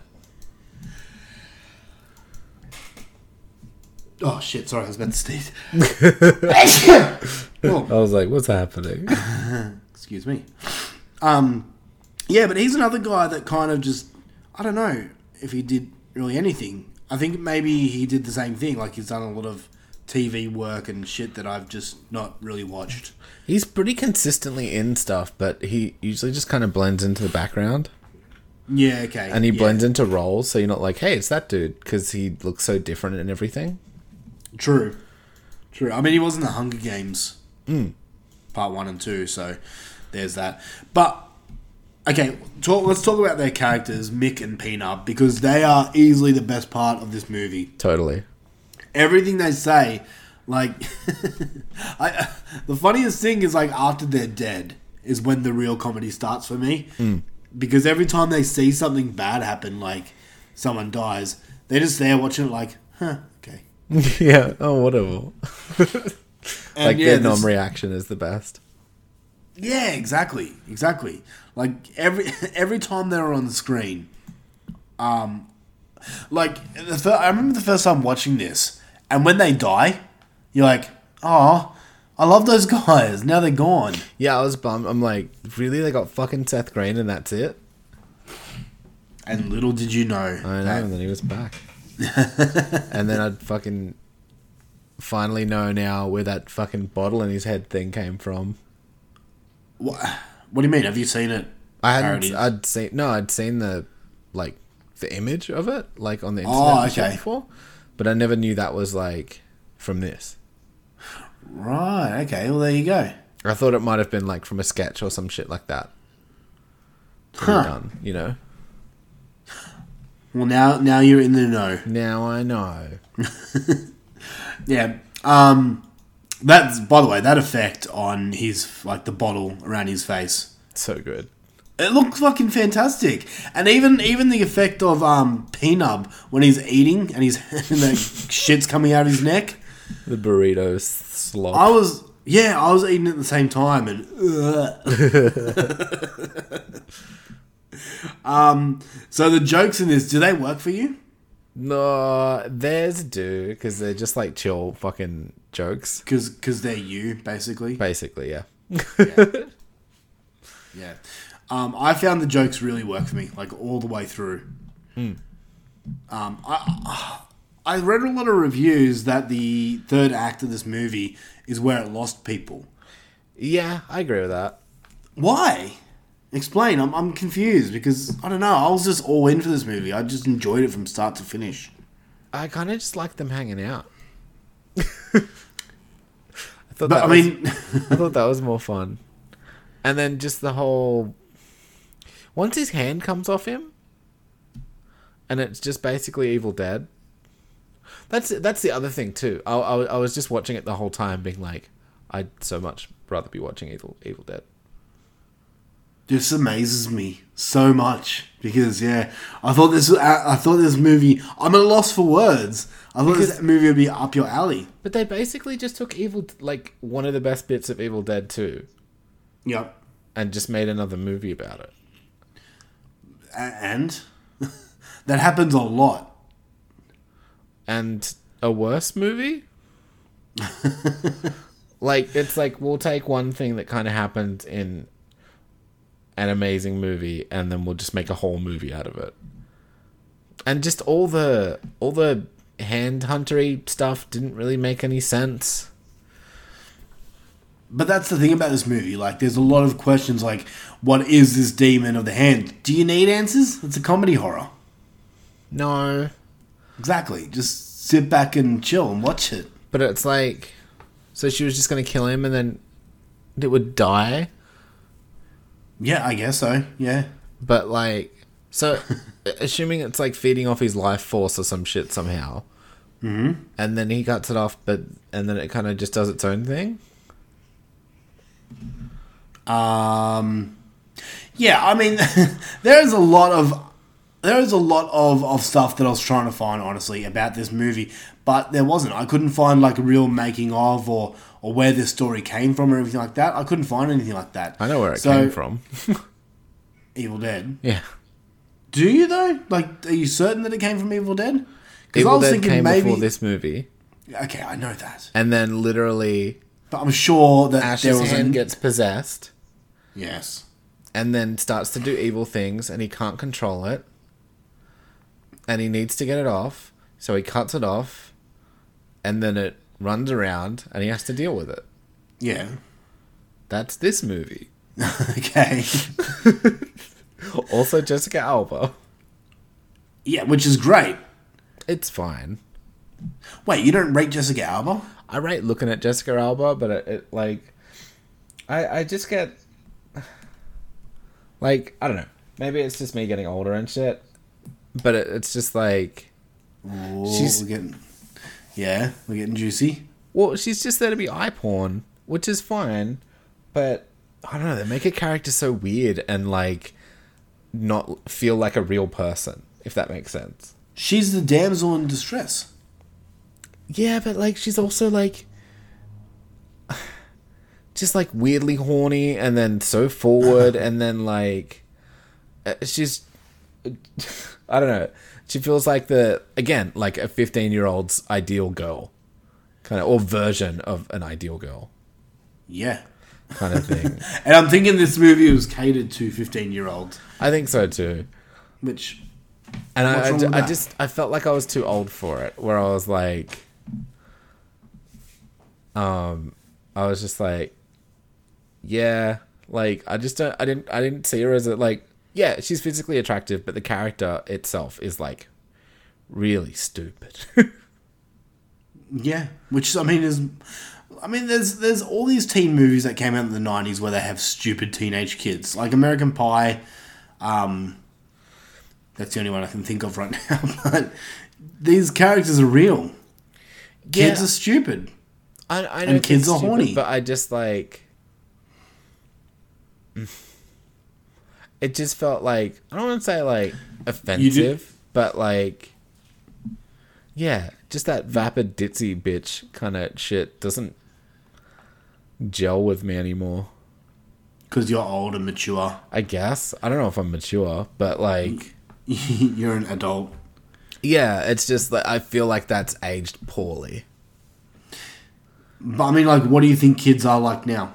Speaker 4: Oh, shit, sorry, I was about to sneeze.
Speaker 5: I was like, what's happening?
Speaker 4: Excuse me. Um, yeah, but he's another guy that kind of just I don't know if he did really anything. I think maybe he did the same thing. Like he's done a lot of TV work and shit that I've just not really watched.
Speaker 5: He's pretty consistently in stuff, but he usually just kind of blends into the background.
Speaker 4: Yeah, okay.
Speaker 5: And he
Speaker 4: yeah.
Speaker 5: blends into roles, so you're not like, hey, it's that dude, because he looks so different and everything.
Speaker 4: True. True. I mean, he was in the Hunger Games
Speaker 5: Mm.
Speaker 4: part one and two, so there's that. But okay, talk, let's talk about their characters, Mick and Peanut, because they are easily the best part of this movie.
Speaker 5: Totally.
Speaker 4: everything they say, like, I, the funniest thing is like after they're dead is when the real comedy starts for me
Speaker 5: Mm.
Speaker 4: because every time they see something bad happen, like someone dies, they're just there watching it, like, huh, okay.
Speaker 5: yeah. Oh, whatever.
Speaker 4: And
Speaker 5: like
Speaker 4: yeah,
Speaker 5: their
Speaker 4: this-
Speaker 5: non-reaction is the best.
Speaker 4: Yeah, exactly, exactly. Like every every time they're on the screen, um, like the fir- I remember the first time watching this, and when they die, you're like, oh, I love those guys. Now they're gone.
Speaker 5: Yeah, I was bummed. I'm like, really? They got fucking Seth Green, and that's it.
Speaker 4: And little did you know, I
Speaker 5: know.
Speaker 4: that-
Speaker 5: And then he was back. and then I'd fucking finally know now where that fucking bottle in his head thing came from.
Speaker 4: What? What do you mean? Have you seen it?
Speaker 5: I hadn't.
Speaker 4: parodied?
Speaker 5: I'd seen no. I'd seen the like the image of it, like on the internet
Speaker 4: Oh,
Speaker 5: and shit
Speaker 4: okay.
Speaker 5: before, but I never knew that was like from this.
Speaker 4: Right. Okay. Well, there you go.
Speaker 5: I thought it might have been like from a sketch or some shit like that. huh. done. You know.
Speaker 4: Well, now now you're in the know.
Speaker 5: Now I know.
Speaker 4: yeah. Um, that's by the way that effect on his like the bottle around his face.
Speaker 5: So good.
Speaker 4: It looked fucking fantastic, and even even the effect of um Peanut when he's eating and he's and the shit's coming out of his neck.
Speaker 5: The burrito slop.
Speaker 4: I was yeah, I was eating at the same time, and um. So the jokes in this do they work for you?
Speaker 5: No, theirs do because they're just like chill fucking jokes.
Speaker 4: Because because they're you basically.
Speaker 5: Basically, yeah.
Speaker 4: yeah. yeah. Um, I found the jokes really work for me, like all the way through.
Speaker 5: Mm.
Speaker 4: Um, I I read a lot of reviews that the third act of this movie is where it lost people.
Speaker 5: Yeah, I agree with that.
Speaker 4: Why? Explain. I'm I'm confused because I don't know. I was just all in for this movie. I just enjoyed it from start to finish.
Speaker 5: I kind of just like them hanging out. I thought
Speaker 4: But I
Speaker 5: that was-
Speaker 4: mean,
Speaker 5: I thought that was more fun. And then just the whole once his hand comes off him and it's just basically Evil Dead. That's that's the other thing too. I, I, I was just watching it the whole time being like I'd so much rather be watching Evil Evil Dead.
Speaker 4: this amazes me so much because yeah, I thought this uh, I, I thought this movie. I'm at a loss for words. I thought this
Speaker 5: Because-
Speaker 4: movie would be up your alley.
Speaker 5: But they basically just took Evil like one of the best bits of Evil Dead 2
Speaker 4: Yep.
Speaker 5: and just made another movie about it.
Speaker 4: A- And that happens a lot.
Speaker 5: and a worse movie? like it's like we'll take one thing that kind of happened in an amazing movie and then we'll just make a whole movie out of it. And just all the all the hand huntery stuff didn't really make any sense.
Speaker 4: But that's the thing about this movie. Like, there's a lot of questions. Like, what is this demon of the hand? Do you need answers? It's a comedy horror.
Speaker 5: No.
Speaker 4: Exactly. Just sit back and chill and watch it.
Speaker 5: But it's like so she was just going to kill him and then it would die.
Speaker 4: Yeah, I guess so. Yeah.
Speaker 5: But like, so assuming it's like feeding off his life force or some shit somehow,
Speaker 4: Mhm.
Speaker 5: and then he cuts it off, but and then it kind of just does its own thing.
Speaker 4: Um, yeah. I mean, there is a lot of there is a lot of of stuff that I was trying to find honestly about this movie, but there wasn't. I couldn't find like a real making of or or where this story came from or anything like that. I couldn't find anything like that.
Speaker 5: I know where it
Speaker 4: So-
Speaker 5: came from.
Speaker 4: Evil Dead.
Speaker 5: Yeah,
Speaker 4: Do you though? Like, are you certain that it came from Evil Dead? Because I
Speaker 5: Evil
Speaker 4: was
Speaker 5: Dead
Speaker 4: thinking
Speaker 5: came
Speaker 4: maybe.
Speaker 5: before this movie,
Speaker 4: Okay, I know that,
Speaker 5: and then literally
Speaker 4: but I'm sure that there
Speaker 5: Ash's
Speaker 4: was
Speaker 5: hand
Speaker 4: an-
Speaker 5: gets possessed,
Speaker 4: yes,
Speaker 5: and then starts to do evil things, and he can't control it, and he needs to get it off, so he cuts it off, and then it runs around, and he has to deal with it.
Speaker 4: yeah,
Speaker 5: That's this movie.
Speaker 4: okay,
Speaker 5: Also, Jessica Alba.
Speaker 4: yeah, which is great.
Speaker 5: It's fine.
Speaker 4: Wait, you don't rate Jessica Alba?
Speaker 5: I rate looking at Jessica Alba, but it, it like, I I just get, like I don't know. Maybe it's just me getting older and shit. But it, it's just like,
Speaker 4: Ooh,
Speaker 5: She's-
Speaker 4: we're getting, yeah, we're getting juicy.
Speaker 5: well, she's just there to be eye porn, which is fine. But I don't know. They make her character so weird and like, not feel like a real person. If that makes sense.
Speaker 4: She's the damsel in distress.
Speaker 5: Yeah, but like she's also like just like weirdly horny and then so forward and then like uh, she's I don't know. She feels like the again like a 15-year-old's ideal girl kind of or version of an ideal girl
Speaker 4: Yeah,
Speaker 5: kind of thing.
Speaker 4: and I'm thinking this movie was catered to 15 year olds,
Speaker 5: I think so too.
Speaker 4: which
Speaker 5: And
Speaker 4: What's
Speaker 5: I, I,
Speaker 4: wrong
Speaker 5: ju-
Speaker 4: with
Speaker 5: I
Speaker 4: that?
Speaker 5: just I felt like I was too old for it. Where I was like, um, I was just like, yeah, like I just don't. I didn't. I didn't see her as a like. Yeah, she's physically attractive, but the character itself is like really stupid.
Speaker 4: Yeah, which I mean is, I mean there's there's all these teen movies that came out in the '90s where they have stupid teenage kids, like American Pie, Um, that's the only one I can think of right now. But these characters are real. Kids
Speaker 5: Yeah.
Speaker 4: are stupid.
Speaker 5: I, I
Speaker 4: And
Speaker 5: know
Speaker 4: kids
Speaker 5: it's
Speaker 4: are horny.
Speaker 5: but I just like. It just felt like I don't want to say like offensive, but like, yeah, just that vapid ditzy bitch kind of shit doesn't gel with me anymore.
Speaker 4: Because you're old and mature.
Speaker 5: I guess I don't know if I'm mature, but like,
Speaker 4: you're an adult.
Speaker 5: Yeah, it's just like I feel like that's aged poorly.
Speaker 4: But I mean, like, what do you think kids are like now?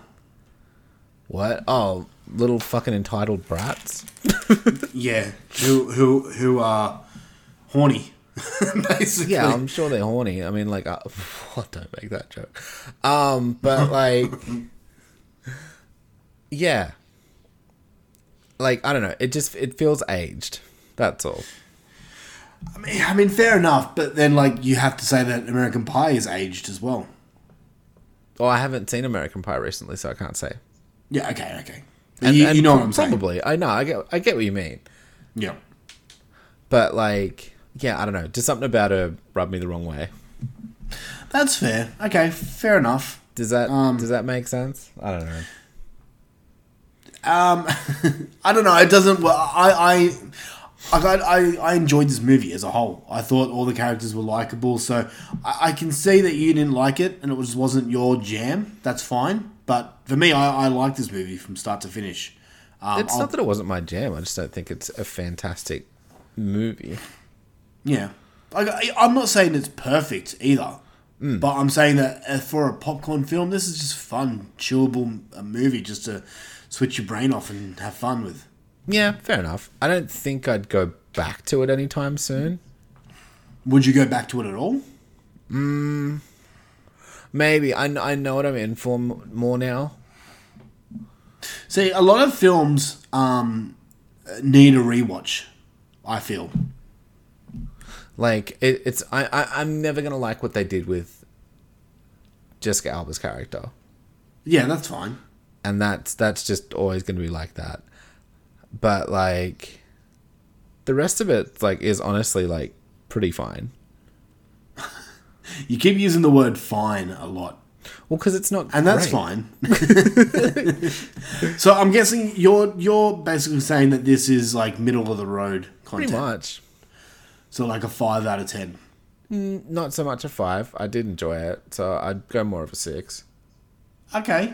Speaker 5: What? Oh, little fucking entitled brats.
Speaker 4: yeah, who who who are horny? basically.
Speaker 5: Yeah, I'm sure they're horny. I mean, like, uh, I, don't make that joke. Um, but like, yeah, like I don't know. It just it feels aged. That's all.
Speaker 4: I mean, I mean, fair enough. But then, like, you have to say that American Pie is aged as well.
Speaker 5: Oh, I haven't seen American Pie recently, so I can't say.
Speaker 4: Yeah. Okay. Okay. you, you know what I'm saying?
Speaker 5: Probably. I know. I get. I get what you mean.
Speaker 4: Yeah.
Speaker 5: But like, yeah, I don't know. Just something about her rubbed me the wrong way.
Speaker 4: That's fair. Okay. Fair enough.
Speaker 5: Does that does that make sense? I don't know.
Speaker 4: Um, I don't know. It doesn't. Well, I, I, I, got- I, I enjoyed this movie as a whole. I thought all the characters were likable, so I, I can see that you didn't like it, and it just wasn't your jam. That's fine. But for me, I, I liked this movie from start to finish. Um,
Speaker 5: it's
Speaker 4: I'll-
Speaker 5: not that it wasn't my jam. I just don't think it's a fantastic movie.
Speaker 4: Yeah. Like, I, I'm not saying it's perfect either,
Speaker 5: Mm.
Speaker 4: but I'm saying that uh, for a popcorn film, this is just fun, chillable uh, movie just to switch your brain off and have fun with.
Speaker 5: Yeah, fair enough. I don't think I'd go back to it anytime soon.
Speaker 4: Would you go back to it at all?
Speaker 5: Mm, maybe. I, kn- I know what I'm in for m- more now.
Speaker 4: See, a lot of films um, need a rewatch. I feel.
Speaker 5: Like it, it's I, I I'm never gonna like what they did with Jessica Alba's character.
Speaker 4: Yeah, that's fine.
Speaker 5: and that's that's just always going to be like that but like the rest of it like is honestly like pretty fine
Speaker 4: You keep using the word "fine" a lot.
Speaker 5: Well, because it's not,
Speaker 4: and that's
Speaker 5: great.
Speaker 4: fine. so I'm guessing you're you're basically saying that this is like middle of the road
Speaker 5: Pretty
Speaker 4: content.
Speaker 5: much.
Speaker 4: So like a five out of ten.
Speaker 5: Mm, not so much a five i did enjoy it so i'd go more of a six
Speaker 4: Okay,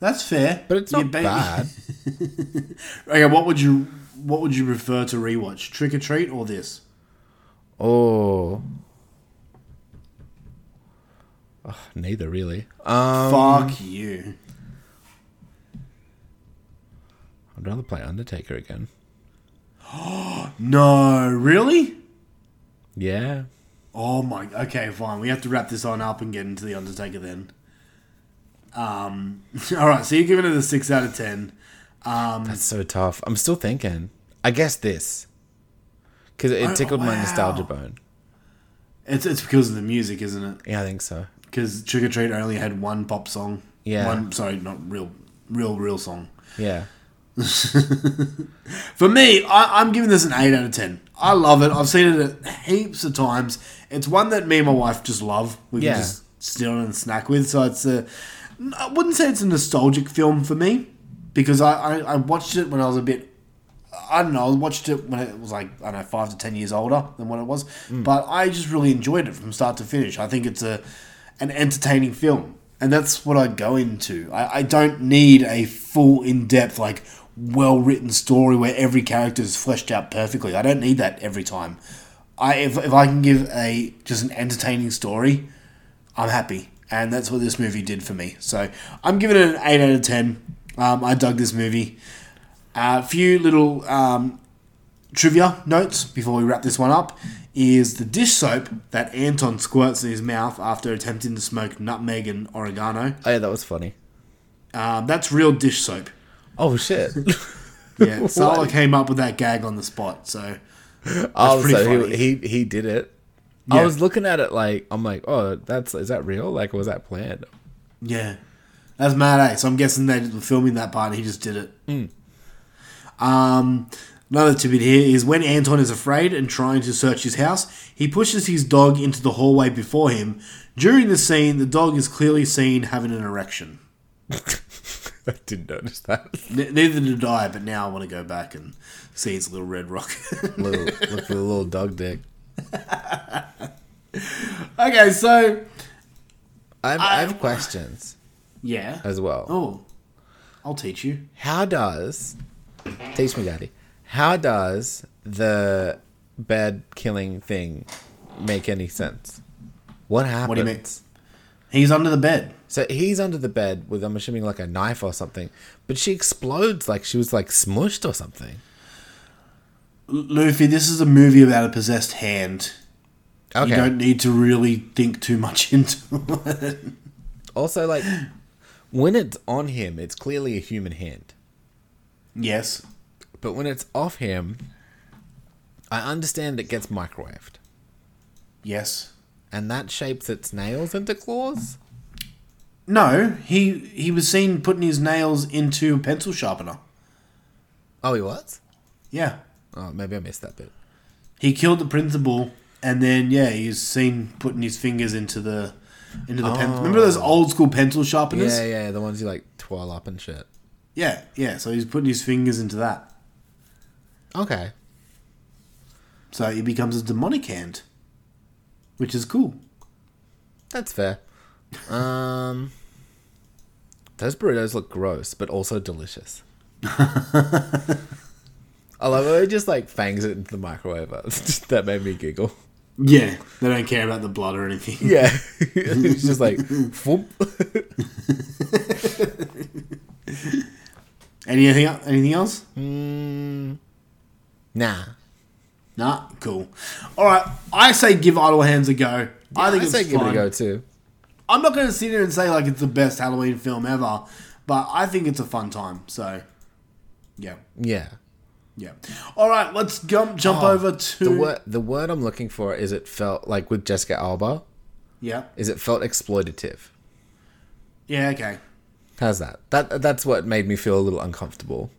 Speaker 4: that's fair. But
Speaker 5: it's not bad.
Speaker 4: okay, what would you what would you prefer to rewatch? Trick or Treat or this?
Speaker 5: oh Ugh, neither really um
Speaker 4: Fuck you.
Speaker 5: i'd rather play undertaker again
Speaker 4: No, really?
Speaker 5: yeah
Speaker 4: Oh my. Okay, fine. We have to wrap this on up and get into the Undertaker then. Um. All right. So you're giving it a six out of ten. Um.
Speaker 5: that's so tough i'm still thinking i guess this because it
Speaker 4: Oh,
Speaker 5: tickled my
Speaker 4: wow.
Speaker 5: nostalgia bone
Speaker 4: It's it's because of the music, isn't it?
Speaker 5: yeah i think so
Speaker 4: Because Trick or Treat only had one pop song.
Speaker 5: Yeah.
Speaker 4: One. Sorry, not real, real, real song.
Speaker 5: yeah
Speaker 4: For me, I, I'm giving this an 8 out of 10. I love it. I've seen it heaps of times. It's one that me and my wife just love. We
Speaker 5: Yeah.
Speaker 4: can just sit on and snack with. So it's a. I wouldn't say it's a nostalgic film for me because I, I, I watched it when I was a bit. I don't know. I watched it when it was like, I don't know, five to 10 years older than what it was. But I just really enjoyed it from start to finish. I think it's a an entertaining film. And that's what I go into. I, I don't need a full, in depth, like, well written story where every character is fleshed out perfectly. I don't need that every time. I if, if I can give a just an entertaining story, I'm happy, and that's what this movie did for me. So I'm giving it an eight out of ten. Um, I dug this movie. A few little um, trivia notes before we wrap this one up is the dish soap that Anton squirts in his mouth after attempting to smoke nutmeg and oregano.
Speaker 5: oh yeah that was funny
Speaker 4: Um, that's real dish soap.
Speaker 5: oh shit
Speaker 4: Yeah, Sala
Speaker 5: What?
Speaker 4: came up with that gag on the spot. So that's
Speaker 5: Oh,
Speaker 4: pretty
Speaker 5: so
Speaker 4: funny.
Speaker 5: he, he he did it.
Speaker 4: Yeah.
Speaker 5: I was looking at it like I'm like, oh, that's is that real? Like, was that planned?
Speaker 4: Yeah. That's mad, eh? So I'm guessing they were filming that part and he just did it. Um, another tidbit here is when Anton is afraid and trying to search his house, he pushes his dog into the hallway before him. During the scene, the dog is clearly seen having an erection.
Speaker 5: I didn't notice that.
Speaker 4: Ne- neither did I, but now I want to go back and see his little red rock.
Speaker 5: little, look for the little dog dick.
Speaker 4: okay, so
Speaker 5: I've, I have questions
Speaker 4: yeah.
Speaker 5: as well.
Speaker 4: Oh, I'll teach you.
Speaker 5: How does teach me, Daddy? How does the bed killing thing make any sense? What happens?
Speaker 4: What do you mean? He's under the bed.
Speaker 5: So he's under the bed with, I'm assuming, like a knife or something. But she explodes like she was like smushed or something.
Speaker 4: L- Luffy, this is a movie about a possessed hand.
Speaker 5: Okay.
Speaker 4: You don't need to really think too much into it.
Speaker 5: Also, like when it's on him, it's clearly a human hand.
Speaker 4: Yes.
Speaker 5: But when it's off him, I understand it gets microwaved,
Speaker 4: Yes.
Speaker 5: and that shapes its nails into claws.
Speaker 4: No, he he was seen putting his nails into a pencil sharpener.
Speaker 5: Oh, he was.
Speaker 4: Yeah.
Speaker 5: Oh, maybe I missed that bit.
Speaker 4: He killed the principal and then yeah, he's seen putting his fingers into the into the pen. Remember those old school pencil sharpeners?
Speaker 5: Yeah, yeah, the ones you like twirl up and shit.
Speaker 4: yeah, yeah. So he's putting his fingers into that.
Speaker 5: Okay.
Speaker 4: So he becomes a demonic hand. Which is cool.
Speaker 5: That's fair. Um, those burritos look gross, but also delicious. I love it. It just like fangs it into the microwave. that made me giggle.
Speaker 4: Yeah. They don't care about the blood or anything.
Speaker 5: Yeah, it's just like, whoop.
Speaker 4: Anything anything else?
Speaker 5: nah.
Speaker 4: Nah, cool. Alright, I say give Idle Hands a go. I think
Speaker 5: I
Speaker 4: it's
Speaker 5: say give it
Speaker 4: fun.
Speaker 5: a go too.
Speaker 4: I'm not going to sit here and say like it's the best Halloween film ever, but I think it's a fun time. So, yeah,
Speaker 5: Yeah.
Speaker 4: yeah. All right, let's jump jump over to
Speaker 5: Oh, The word the word I'm looking for is it felt like with Jessica Alba
Speaker 4: yeah,
Speaker 5: is it felt exploitative.
Speaker 4: yeah. Okay,
Speaker 5: How's that? That that's what made me feel a little uncomfortable.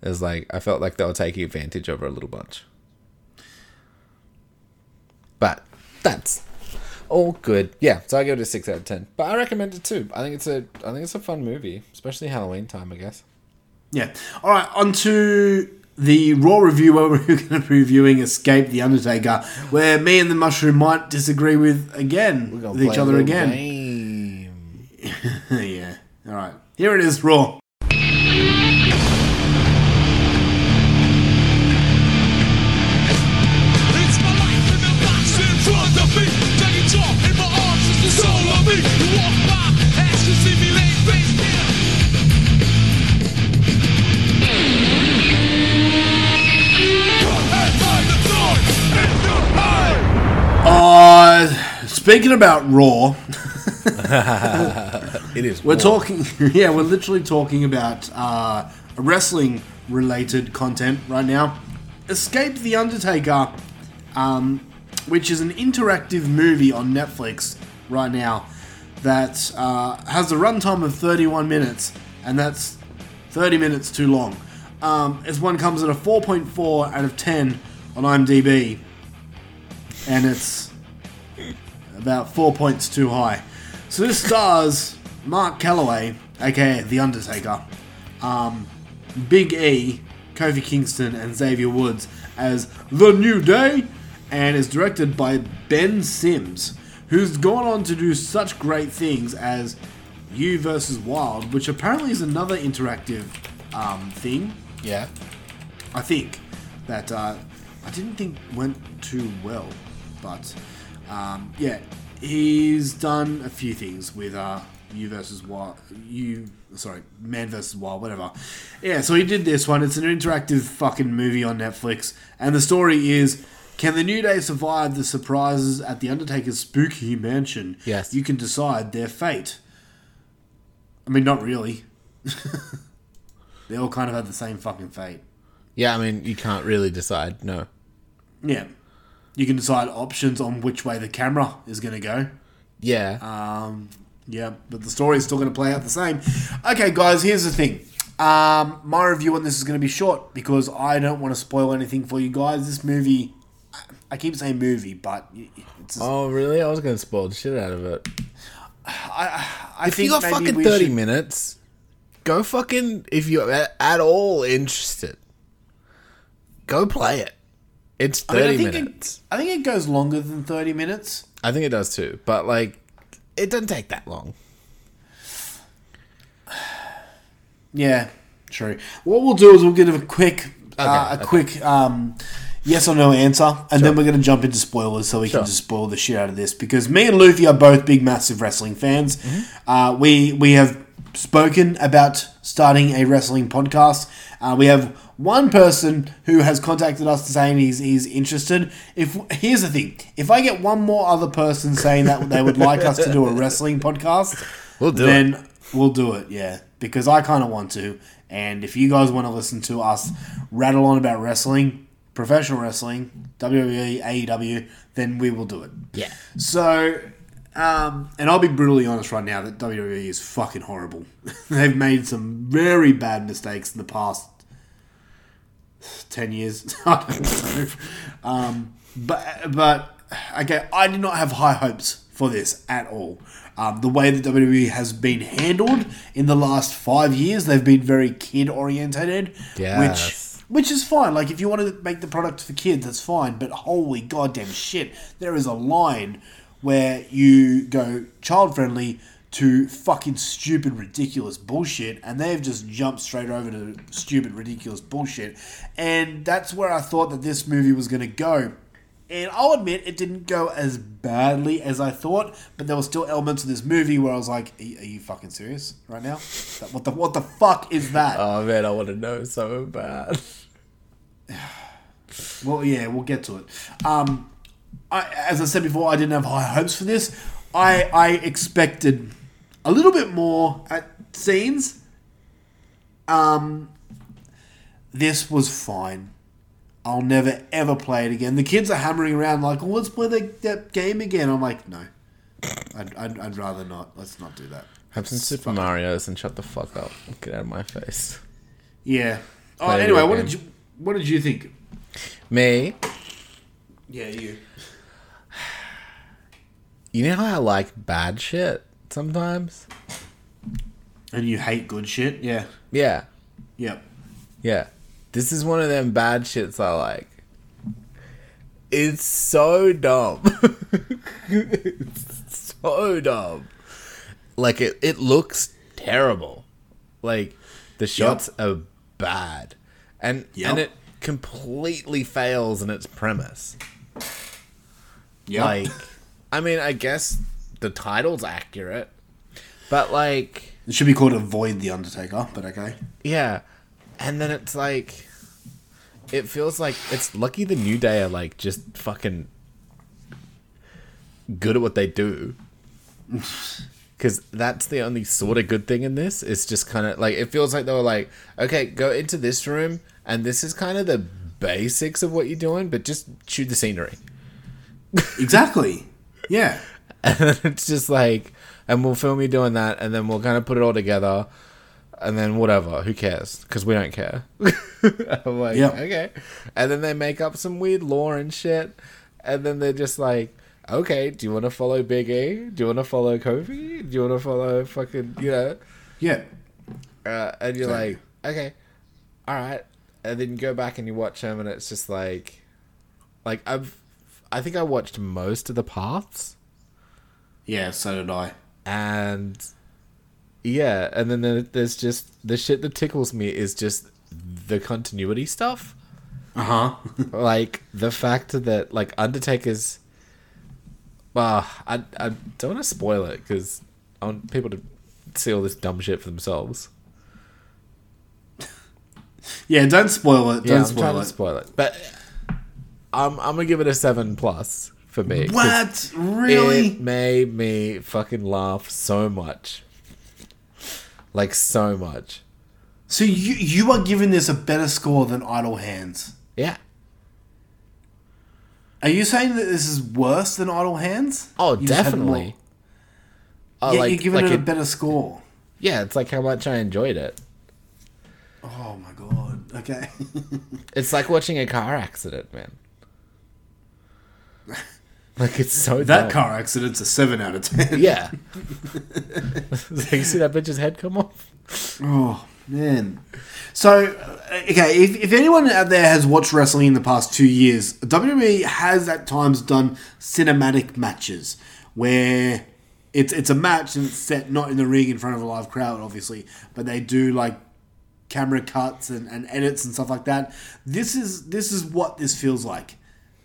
Speaker 5: Is like I felt like they were taking advantage over a little bunch. But that's all good. Yeah, so I give it a six out of ten. But I recommend it too. I think it's a I think it's a fun movie, especially Halloween time, I guess.
Speaker 4: yeah. All right, on to the raw review where we're going to be reviewing Escape the Undertaker, where me and the mushroom might disagree with again
Speaker 5: We're gonna
Speaker 4: with each
Speaker 5: play a
Speaker 4: other
Speaker 5: little
Speaker 4: again.
Speaker 5: game.
Speaker 4: yeah. All right, here it is, raw.
Speaker 13: It's my life in a box in front of me. Dragon jaw in my arms is the soul of me. You walk by, as you see me laid face down. And by the thorn in your eye.
Speaker 4: Uh, speaking about raw,
Speaker 5: It is
Speaker 4: We're
Speaker 5: war.
Speaker 4: talking, yeah, we're literally talking about uh, wrestling related content right now. Escape the Undertaker, um, which is an interactive movie on Netflix right now that uh, has a runtime of 31 minutes, and that's 30 minutes too long. Um, this one comes at a 4.4 out of 10 on IMDb, and it's about four points too high. So this stars Mark Calloway, aka The Undertaker, um, Big E, Kofi Kingston, and Xavier Woods as The New Day, and is directed by Ben Sims, who's gone on to do such great things as You vs. Wild, which apparently is another interactive um, thing.
Speaker 5: Yeah.
Speaker 4: I think that uh, I didn't think went too well, but um, yeah, he's done a few things with uh, you versus wild, you sorry, man versus wild, whatever. Yeah, so he did this one. It's an interactive fucking movie on Netflix, and the story is. Can the New Day survive the surprises at the Undertaker's spooky mansion?
Speaker 5: Yes.
Speaker 4: You can decide their fate. I mean, not really. they all kind of had the same fucking fate.
Speaker 5: Yeah, I mean you can't really decide, no.
Speaker 4: Yeah. You can decide options on which way the camera is going to go.
Speaker 5: Yeah.
Speaker 4: Uh, Yeah, but the story is still going to play out the same. Okay, guys, here's the thing. Um, my review on this is going to be short because I don't want to spoil anything for you guys. This movie, I keep saying movie, but it's
Speaker 5: Oh, really? I was going to spoil the shit out of it.
Speaker 4: I, I
Speaker 5: if
Speaker 4: think
Speaker 5: you got
Speaker 4: maybe
Speaker 5: fucking
Speaker 4: we
Speaker 5: 30
Speaker 4: should-
Speaker 5: minutes, go fucking, if you're a- at all interested, go play it. It's
Speaker 4: I mean,
Speaker 5: 30
Speaker 4: I think
Speaker 5: minutes.
Speaker 4: it, I think it goes longer than thirty minutes.
Speaker 5: I think it does too, but like, it doesn't take that long.
Speaker 4: Yeah, true. What we'll do is we'll give a quick, uh, a
Speaker 5: Okay, okay.
Speaker 4: quick um, yes or no answer, and then we're going to jump into spoilers so we
Speaker 5: Sure.
Speaker 4: can just spoil the shit out of this because me and Luffy are both big, massive wrestling fans.
Speaker 5: Mm-hmm.
Speaker 4: Uh, we we have spoken about starting a wrestling podcast. Uh, we have one person who has contacted us saying he's, he's interested. If here's the thing, if I get one more other person saying that they would like us to do a wrestling podcast,
Speaker 5: We'll do
Speaker 4: then we'll do it. Yeah, because I kind of want to, and if you guys want to listen to us rattle on about wrestling, professional wrestling, E, WWE, AEW, then we will do it.
Speaker 5: Yeah.
Speaker 4: So, um, and I'll be brutally honest right now that WWE is fucking horrible. They've made some very bad mistakes in the past ten years. I don't know. Um, but but okay, I did not have high hopes for this at all. Um, the way that WWE has been handled in the last five years, they've been very kid orientated,
Speaker 5: Yes.
Speaker 4: which which is fine. Like if you want to make the product for kids, that's fine. But holy goddamn shit, there is a line where you go child friendly to fucking stupid ridiculous bullshit and they've just jumped straight over to stupid ridiculous bullshit and that's where i thought that this movie was going to go and I'll admit it didn't go as badly as I thought, but there were still elements of this movie where I was like, "Are, are you fucking serious right now? That- What the what the fuck is that?"
Speaker 5: Oh man, I want to know so bad.
Speaker 4: Well, yeah, we'll get to it. Um, I, as I said before, I didn't have high hopes for this. I I expected a little bit more at scenes. Um, this was fine. I'll never ever play it again. The kids are hammering around like, well, let's play that, that game again. I'm like, no, I'd, I'd, I'd rather not. Let's not do that.
Speaker 5: Have some Super Mario's and shut the fuck up. Get out of my face.
Speaker 4: Yeah. Oh,
Speaker 5: Play a
Speaker 4: anyway,
Speaker 5: video
Speaker 4: what
Speaker 5: game.
Speaker 4: did you what did you think?
Speaker 5: Me,
Speaker 4: Yeah, you.
Speaker 5: you know how I like bad shit sometimes.
Speaker 4: And you hate good shit. Yeah.
Speaker 5: Yeah,
Speaker 4: Yep.
Speaker 5: yeah. This is one of them bad shits I like. It's so dumb. it's so dumb. Like it, it looks terrible. Like the shots are bad, and and it completely fails in its premise.
Speaker 4: Yep.
Speaker 5: Like, I mean, I guess the title's accurate, but like,
Speaker 4: It should be called Avoid the Undertaker, but okay.
Speaker 5: yeah. And then it's like, it feels like it's lucky the New Day are like just fucking good at what they do. Because that's the only sort of good thing in this. It's just kind of like, it feels like they were like, okay, go into this room, and this is kind of the basics of what you're doing, but just shoot the scenery.
Speaker 4: Exactly. Yeah.
Speaker 5: and it's just like, and we'll film you doing that, and then we'll kind of put it all together, and then whatever, who cares? Because we don't care. I'm like,
Speaker 4: Yeah.
Speaker 5: okay. And then they make up some weird lore and shit, and then they're just like, okay, do you want to follow Big E? Do you want to follow Kofi? Do you want to follow fucking, you know?
Speaker 4: Yeah.
Speaker 5: Uh, and you're
Speaker 4: Exactly.
Speaker 5: like, okay, all right. And then you go back and you watch them, and it's just like, like I've, I think I watched most of the paths.
Speaker 4: Yeah, so did I.
Speaker 5: and yeah, and then there- there's just the shit that tickles me is just the continuity stuff. Uh-huh.
Speaker 4: Uh huh.
Speaker 5: like the fact that like Undertaker's. Well, I I don't want to spoil it because I want people to see all this dumb shit for themselves.
Speaker 4: Yeah, don't spoil it. Don't
Speaker 5: Yeah, I'm trying
Speaker 4: spoil
Speaker 5: to
Speaker 4: it.
Speaker 5: spoil it, but I'm I'm gonna give it a seven plus for me. 'cause
Speaker 4: What? Really?
Speaker 5: It made me fucking laugh so much, like so much.
Speaker 4: so you you are giving this a better score than Idle Hands.
Speaker 5: Yeah.
Speaker 4: Are you saying that this is worse than Idle Hands?
Speaker 5: Oh,
Speaker 4: You just had more-
Speaker 5: definitely. Oh,
Speaker 4: yeah,
Speaker 5: like,
Speaker 4: you're giving
Speaker 5: like
Speaker 4: it a
Speaker 5: it-
Speaker 4: better score.
Speaker 5: yeah, it's like how much I enjoyed it.
Speaker 4: Oh my god. Okay.
Speaker 5: It's like watching a car accident, man. Like it's so
Speaker 4: that
Speaker 5: dumb.
Speaker 4: car accident's a seven out of ten.
Speaker 5: Yeah. So you see that bitch's head come off?
Speaker 4: Oh man. So uh, okay, if, if anyone out there has watched wrestling in the past two years, WWE has at times done cinematic matches where it's it's a match and it's set not in the ring in front of a live crowd, obviously, but they do like camera cuts and, and edits and stuff like that. This is this is what this feels like.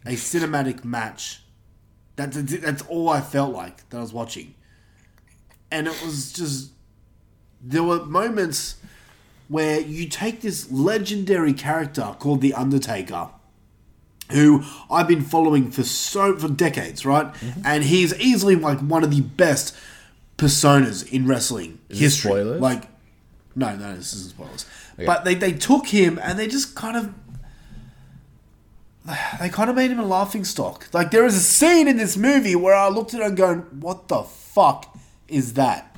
Speaker 4: A cinematic match. That's that's all I felt like that I was watching. And it was just there were moments where you take this legendary character called the Undertaker, who I've been following for so for decades, right?
Speaker 5: Mm-hmm.
Speaker 4: And he's easily like one of the best personas in wrestling
Speaker 5: Is this
Speaker 4: history.
Speaker 5: spoilers?
Speaker 4: Like, no, no, this isn't spoilers.
Speaker 5: Okay.
Speaker 4: But they they took him and they just kind of they kind of made him a laughing stock. Like there is a scene in this movie where I looked at it and going, "What the fuck is that?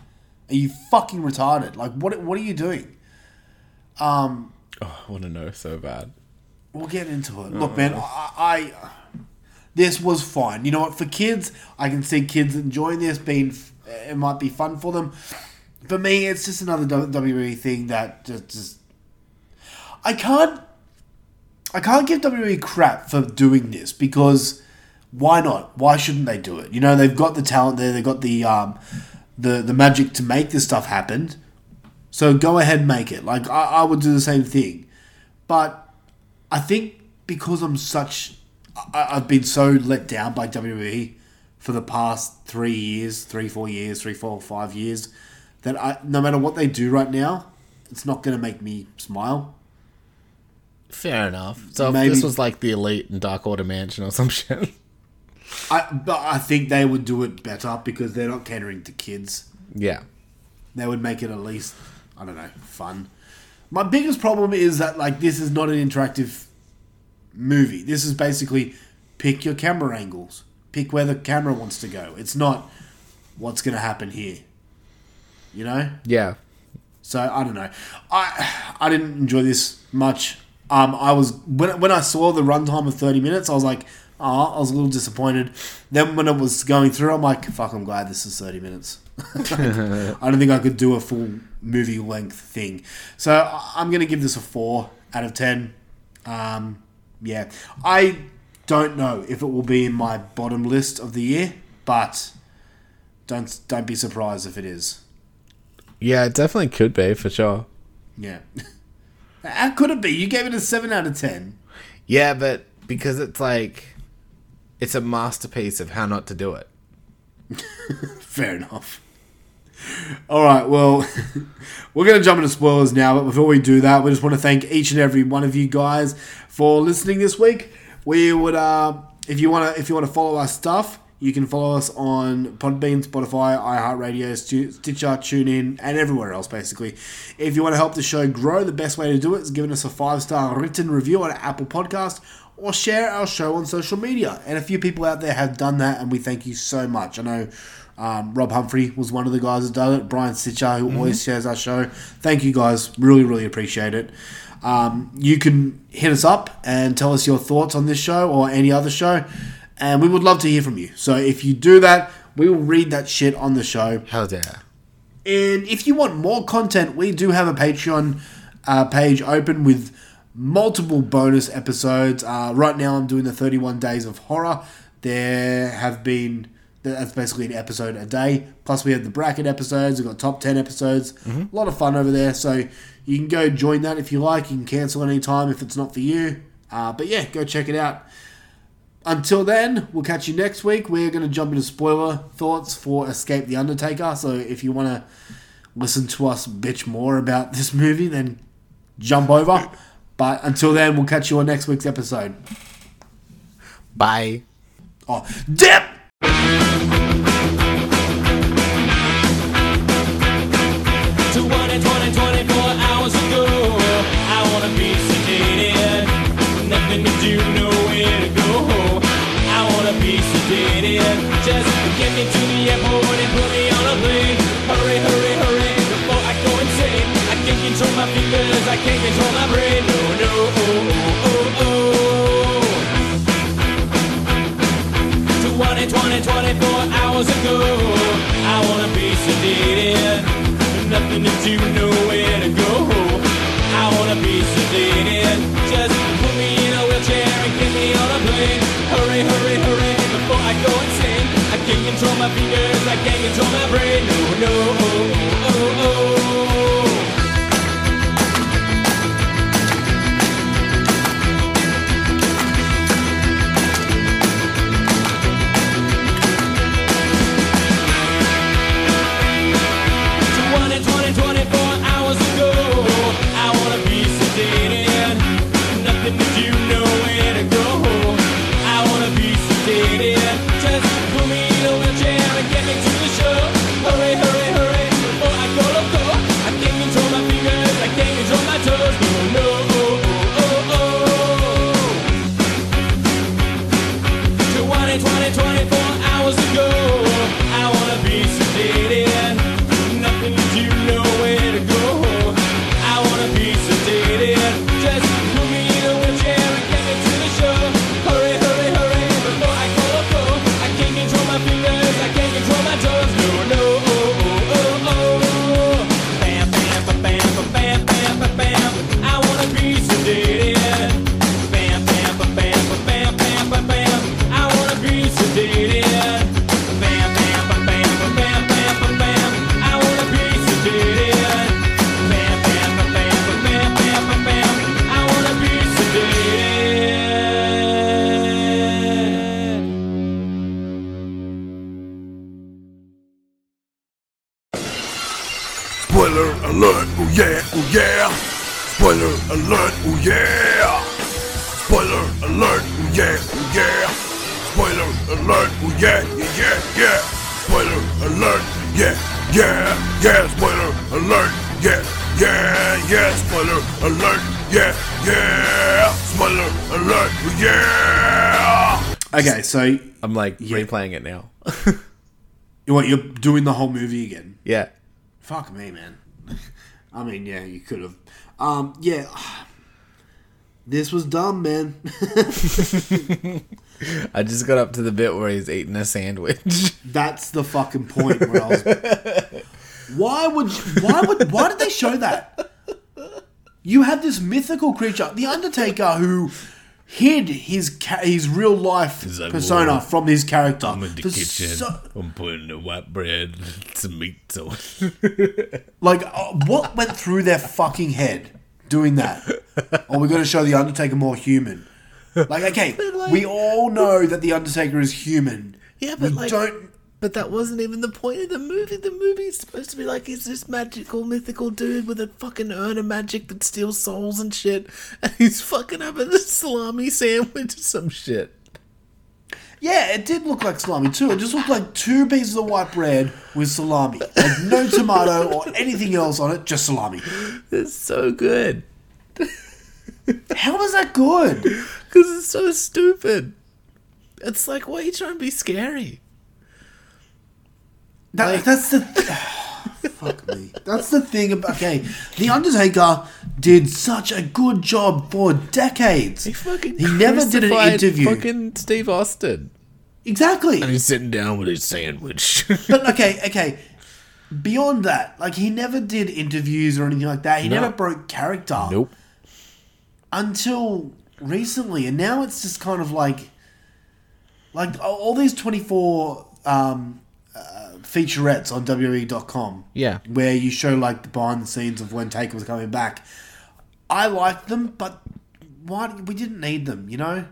Speaker 4: Are you fucking retarded? Like what what are you doing?" Um,
Speaker 5: Oh, I want to know so bad.
Speaker 4: we'll get into it. Look, man, I, I this was fine. You know what? For kids, I can see kids enjoying this. Being f- it might be fun for them. For me, it's just another WWE thing that just, just I can't I can't give WWE crap for doing this because why not? Why shouldn't they do it? You know, they've got the talent there, they've got the um, the the magic to make this stuff happen. So go ahead and make it. Like I, I would do the same thing. But I think because I'm such I, I've been so let down by WWE for the past three years, three, four years, three, four, five years, that I no matter what they do right now, it's not gonna make me smile.
Speaker 5: Fair enough. So
Speaker 4: Maybe-
Speaker 5: if this was like the Elite and Dark Order Mansion or some shit.
Speaker 4: I but I think they would do it better because they're not catering to kids.
Speaker 5: Yeah.
Speaker 4: They would make it at least I don't know fun. My biggest problem is that like this is not an interactive movie. This is basically pick your camera angles, pick where the camera wants to go. It's not what's going to happen here. You know.
Speaker 5: Yeah.
Speaker 4: So I don't know. I I didn't enjoy this much. Um, I was when when I saw the runtime of thirty minutes, I was like, ah, I was a little disappointed. Then when it was going through, I'm like, fuck, I'm glad this is thirty minutes. I don't think I could do a full movie length thing. So I- I'm gonna give this a four out of ten. Um, yeah, I don't know if it will be in my bottom list of the year, but don't don't be surprised if it is.
Speaker 5: Yeah, it definitely could be for sure.
Speaker 4: Yeah. How could it be? You gave it a 7 out of 10.
Speaker 5: Yeah, but because it's like it's a masterpiece of how not to do it.
Speaker 4: Fair enough. All right, well, we're going to jump into spoilers now, but before we do that, we just want to thank each and every one of you guys for listening this week. We would, uh, if you want to, if you want to follow our stuff, you can follow us on Podbean, Spotify, iHeartRadio, Stu- Stitcher, TuneIn, and everywhere else, basically. If you want to help the show grow, the best way to do it is giving us a five star written review on Apple Podcast or share our show on social media. And a few people out there have done that, and we thank you so much. I know um, Rob Humphrey was one of the guys that does it. Brian Sitcher, who always shares our show. Thank you guys. Really, really appreciate it. Um, you can hit us up and tell us your thoughts on this show or any other show. And we would love to hear from you. So if you do that, we will read that shit on the show.
Speaker 5: Hell yeah.
Speaker 4: And if you want more content, we do have a Patreon uh, page open with multiple bonus episodes. Uh, right now, I'm doing the 31 Days of Horror. There have been that's basically an episode a day. Plus, we have the bracket episodes. We've got top 10 episodes. A lot of fun over there. So you can go join that if you like. You can cancel any time if it's not for you. Uh, but yeah, go check it out. Until then, we'll catch you next week. We're going to jump into spoiler thoughts for Escape the Undertaker. So if you want to listen to us bitch more about this movie, then jump over. But until then, we'll catch you on next week's episode.
Speaker 5: Bye.
Speaker 4: Oh, dip!
Speaker 13: To 20, 20, 24 hours ago, I wanna be sedated. Nothing to do, nowhere to go. I wanna be sedated. Just get me to the airport and put me on a plane. Hurry, hurry, hurry, before I go insane. I can't control my fingers, I can't control. oh, oh. nothing to do, nowhere to go. I wanna be sedated. Just put me in a wheelchair and get me on a plane. Hurry, hurry, hurry, before I go insane. I can't control my fingers, I can't control my brain. No, no, oh, oh, oh. To 20, 20, 24 hours ago. I wanna be sedated. Nothing to do, nowhere to go. I wanna be sedated. Just put me in a wheelchair and get me to the show. Hurry, hurry, hurry, before I go loco. I can't control my fingers, I can't control my toes. No, no, oh, oh, oh, oh. To 20, 20, 24 hours ago. I wanna be sedated. Nothing to do, nowhere to go. I wanna be sedated. Just put me in a wheelchair and get me to the show. Hurry, hurry, hurry, before I go loco. I can't control my fingers, I can't control my toes. No, no, oh, oh, oh, oh. Bam, bam, ba, bam, ba, bam, bam, ba, bam. I wanna be sedated. Bam, bam, ba, bam, ba, bam, bam, ba, bam. I wanna be sedated. Bam, bam, ba, bam, ba, bam, bam, ba, bam. I wanna be sedated. Bam, bam, ba, bam, ba, bam, bam, ba, bam. I wanna be sedated.
Speaker 14: Spoiler alert, oh yeah, oh yeah. Spoiler alert, oh yeah. Spoiler alert, oh yeah, oh yeah. Spoiler alert, oh yeah, yeah, yeah, yeah. Spoiler alert, yeah, yeah, yeah. Spoiler alert, yeah, yeah, yeah. Spoiler alert, yeah, yeah. Spoiler alert, oh yeah.
Speaker 4: Okay, so
Speaker 5: I'm like replaying it now.
Speaker 4: What you're doing the whole movie again?
Speaker 5: Yeah.
Speaker 4: Fuck me, man. I mean, yeah, you could have. Um, yeah. This was dumb, man.
Speaker 5: I just got up to the bit where he's eating a sandwich.
Speaker 4: That's the fucking point where I was. Why would why would why did they show that? You had this mythical creature, the Undertaker, who hid his ca- his real life
Speaker 5: like,
Speaker 4: persona
Speaker 5: "Whoa,
Speaker 4: from his character.
Speaker 5: I'm in the
Speaker 4: For
Speaker 5: kitchen.
Speaker 4: so-
Speaker 5: I'm putting the white bread, some meat on.
Speaker 4: like, uh, what went through their fucking head doing that? Oh, we got to show the Undertaker more human. Like, okay, we all know that the Undertaker is human.
Speaker 5: Yeah,
Speaker 4: we
Speaker 5: but like,
Speaker 4: don't.
Speaker 5: but that wasn't even the point of the movie. The movie's supposed to be like, he's this magical, mythical dude with a fucking urn of magic that steals souls and shit, and he's fucking up at a salami sandwich or some shit.
Speaker 4: Yeah, it did look like salami too. It just looked like two pieces of white bread with salami, like no tomato or anything else on it, just salami.
Speaker 5: It's so good.
Speaker 4: How was that good?
Speaker 5: Because it's so stupid. It's like, why are you trying to be scary?
Speaker 4: That, that's the fuck me. That's the thing about okay. The Undertaker did such a good job for decades. He
Speaker 5: fucking
Speaker 4: he never did an
Speaker 5: Crucified
Speaker 4: interview.
Speaker 5: Fucking Steve Austin.
Speaker 4: Exactly.
Speaker 5: And he's sitting down with his sandwich.
Speaker 4: But okay, okay. Beyond that, like he never did interviews or anything like that. He
Speaker 5: No.
Speaker 4: never broke character.
Speaker 5: Nope.
Speaker 4: Until recently, and now it's just kind of like, like all- all these twenty four um, uh, featurettes on WE.com
Speaker 5: yeah.
Speaker 4: where you show like the behind the scenes of when Taker was coming back. I liked them, but why we didn't need them, you know?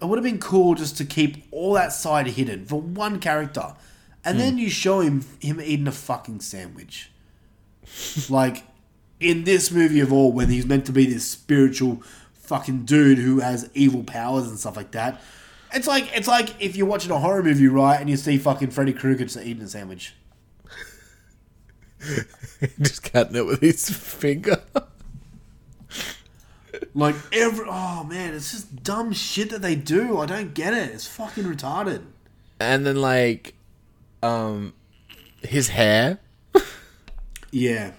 Speaker 4: It would have been cool just to keep all that side hidden for one character, and then you show him him eating a fucking sandwich, like in this movie of all, when he's meant to be this spiritual fucking dude who has evil powers and stuff like that. It's like it's like if you're watching a horror movie, right, and you see fucking Freddy Krueger just eating a sandwich.
Speaker 5: just cutting it with his finger.
Speaker 4: Like every oh man, it's just dumb shit that they do. I don't get it. It's fucking retarded.
Speaker 5: And then like um his hair.
Speaker 4: Yeah.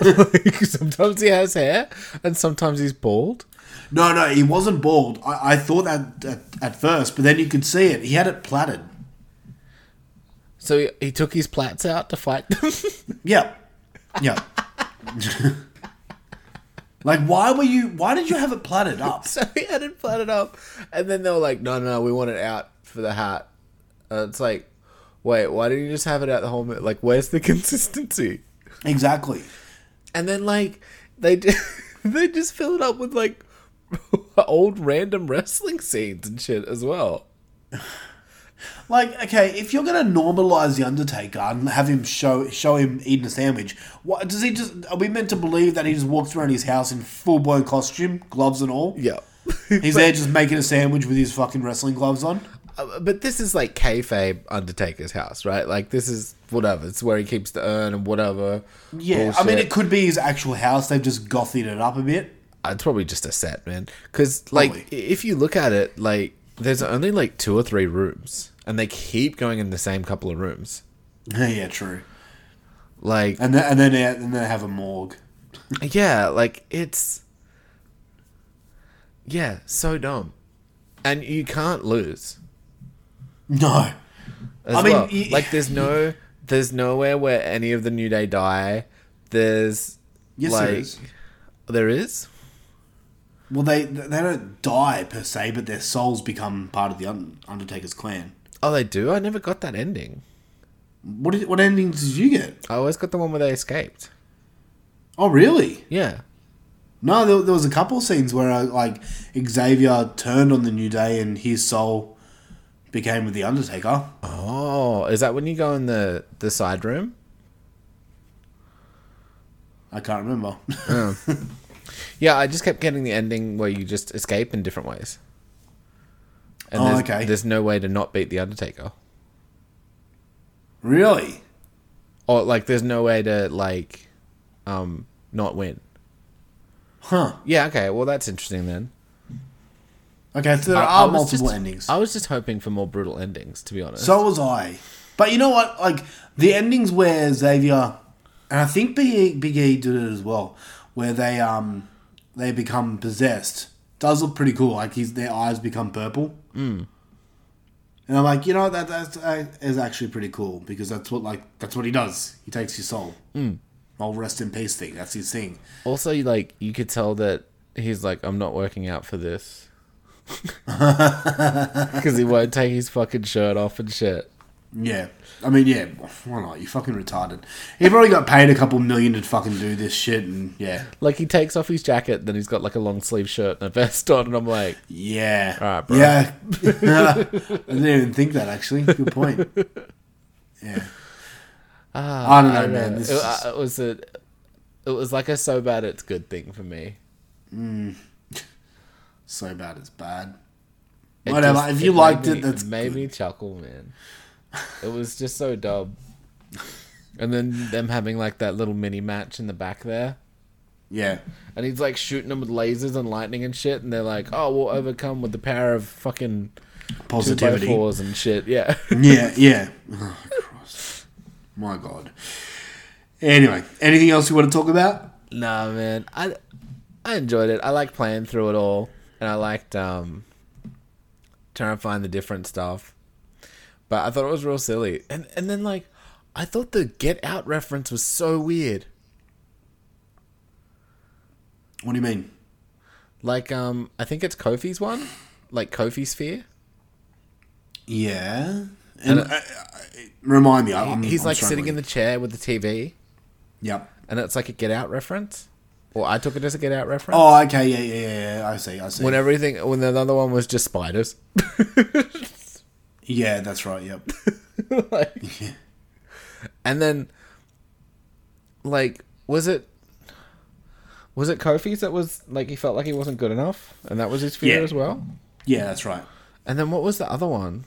Speaker 5: like, sometimes he has hair and sometimes he's bald.
Speaker 4: No, no, he wasn't bald. I, I thought that at, at first, but then you could see it. He had it plaited.
Speaker 5: So he, he took his plats out to fight them.
Speaker 4: Yeah. Yeah. like, why were you? Why did you have it platted up?
Speaker 5: So we had it platted up, and then they were like, "No, no, no, we want it out for the hat." And it's like, wait, why didn't you just have it out the whole? mo- Like, where's the consistency?
Speaker 4: Exactly.
Speaker 5: And then like they d- they just filled up with like old random wrestling scenes and shit as well.
Speaker 4: Like, okay, if you're gonna normalize the Undertaker and have him show show him eating a sandwich, what does he just? Are we meant to believe that he just walks around his house in full blown costume, gloves and all?
Speaker 5: Yeah,
Speaker 4: he's there just making a sandwich with his fucking wrestling gloves on.
Speaker 5: Uh, But this is like kayfabe Undertaker's house, right? Like this is whatever. It's where he keeps the urn and whatever.
Speaker 4: Yeah, I mean,
Speaker 5: bullshit.
Speaker 4: it could be his actual house. They've just gothied it up a bit.
Speaker 5: Uh, It's probably just a set, man. Because like, i- if you look at it, like there's only like two or three rooms, and they keep going in the same couple of rooms.
Speaker 4: yeah, true.
Speaker 5: Like,
Speaker 4: And then, and then they- and then they have a morgue.
Speaker 5: yeah, like it's yeah, so dumb, and you can't lose.
Speaker 4: No,
Speaker 5: As
Speaker 4: I mean,
Speaker 5: well.
Speaker 4: y-
Speaker 5: like there's no there's nowhere where any of the New Day die. There's
Speaker 4: Yes, there
Speaker 5: like
Speaker 4: is.
Speaker 5: there is.
Speaker 4: Well, they they don't die per se, but their souls become part of the Un- Undertaker's clan.
Speaker 5: Oh, they do. I never got that ending.
Speaker 4: What did, what ending did you get?
Speaker 5: I always got the one where they escaped.
Speaker 4: Oh, really?
Speaker 5: Yeah.
Speaker 4: No, there, there was a couple scenes where uh, like Xavier turned on the New Day and his soul became with the Undertaker.
Speaker 5: Oh, is that when you go in the the side room?
Speaker 4: I can't remember.
Speaker 5: Oh. yeah, I just kept getting the ending where you just escape in different ways.
Speaker 4: Oh,
Speaker 5: there's,
Speaker 4: okay.
Speaker 5: There's no way to not beat the Undertaker.
Speaker 4: Really?
Speaker 5: Or Oh, like, there's no way to like, um, not win.
Speaker 4: Huh.
Speaker 5: Yeah. Okay. Well, that's interesting then.
Speaker 4: Okay, so there
Speaker 5: I- I
Speaker 4: are
Speaker 5: was
Speaker 4: multiple
Speaker 5: just-
Speaker 4: endings.
Speaker 5: I was just hoping for more brutal endings, to be honest.
Speaker 4: So was I. But you know what? Like the endings where Xavier and I think Big E, Big E did it as well, where they um they become possessed. Does look pretty cool. Like his their eyes become purple.
Speaker 5: Mm.
Speaker 4: And I'm like, you know, that that's uh, is actually pretty cool because that's what like that's what he does. He takes your soul.
Speaker 5: Mm.
Speaker 4: Old rest in peace thing. That's his thing.
Speaker 5: Also, you, like you could tell that he's like, I'm not working out for this, because he won't take his fucking shirt off and shit.
Speaker 4: Yeah. I mean, yeah. Why not? You fucking retarded. He probably got paid a couple million to fucking do this shit, and yeah.
Speaker 5: Like he takes off his jacket, then he's got like a long sleeve shirt and a vest on, and I'm like,
Speaker 4: Yeah.
Speaker 5: all right, bro.
Speaker 4: Yeah. I didn't even think that actually. Good point. Yeah.
Speaker 5: Ah,
Speaker 4: I don't know, man. This
Speaker 5: It,
Speaker 4: is-
Speaker 5: uh, it was a, it was like a so bad it's good thing for me.
Speaker 4: Mm. So bad it's bad.
Speaker 5: It
Speaker 4: Whatever.
Speaker 5: just-
Speaker 4: if you
Speaker 5: made
Speaker 4: liked
Speaker 5: me-
Speaker 4: it, that's
Speaker 5: made me chuckle, man. It was just so dumb. And then them having like that little mini match in the back there.
Speaker 4: Yeah.
Speaker 5: And he's like shooting them with lasers and lightning and shit, and they're like, "Oh, we'll overcome with the power of fucking
Speaker 4: Positivity. Mm.
Speaker 5: two by fours and shit." Yeah.
Speaker 4: yeah. Yeah. Oh, Christ. My God. Anyway, anything else you want to talk about?
Speaker 5: Nah, man. I I enjoyed it. I liked playing through it all, and I liked um trying to find the different stuff. But I thought it was real silly, and and then like I thought the Get Out reference was so weird.
Speaker 4: What do you mean?
Speaker 5: Like um, I think it's Kofi's one, like Kofi Sphere.
Speaker 4: Yeah. And uh, remind me. I, I'm,
Speaker 5: He's
Speaker 4: I'm
Speaker 5: like
Speaker 4: struggling.
Speaker 5: sitting in the chair with the TV.
Speaker 4: Yep.
Speaker 5: And it's like a Get Out reference. Or I took it as a Get Out reference.
Speaker 4: Oh, okay. Yeah, yeah, yeah, yeah. I see. I see.
Speaker 5: When everything, when the other one was just spiders.
Speaker 4: yeah, that's right. Yep.
Speaker 5: like, and then, like, was it? Was it Kofi's that was like he felt like he wasn't good enough, and that was his fear
Speaker 4: Yeah.
Speaker 5: as well?
Speaker 4: Yeah, that's right.
Speaker 5: And then what was the other one?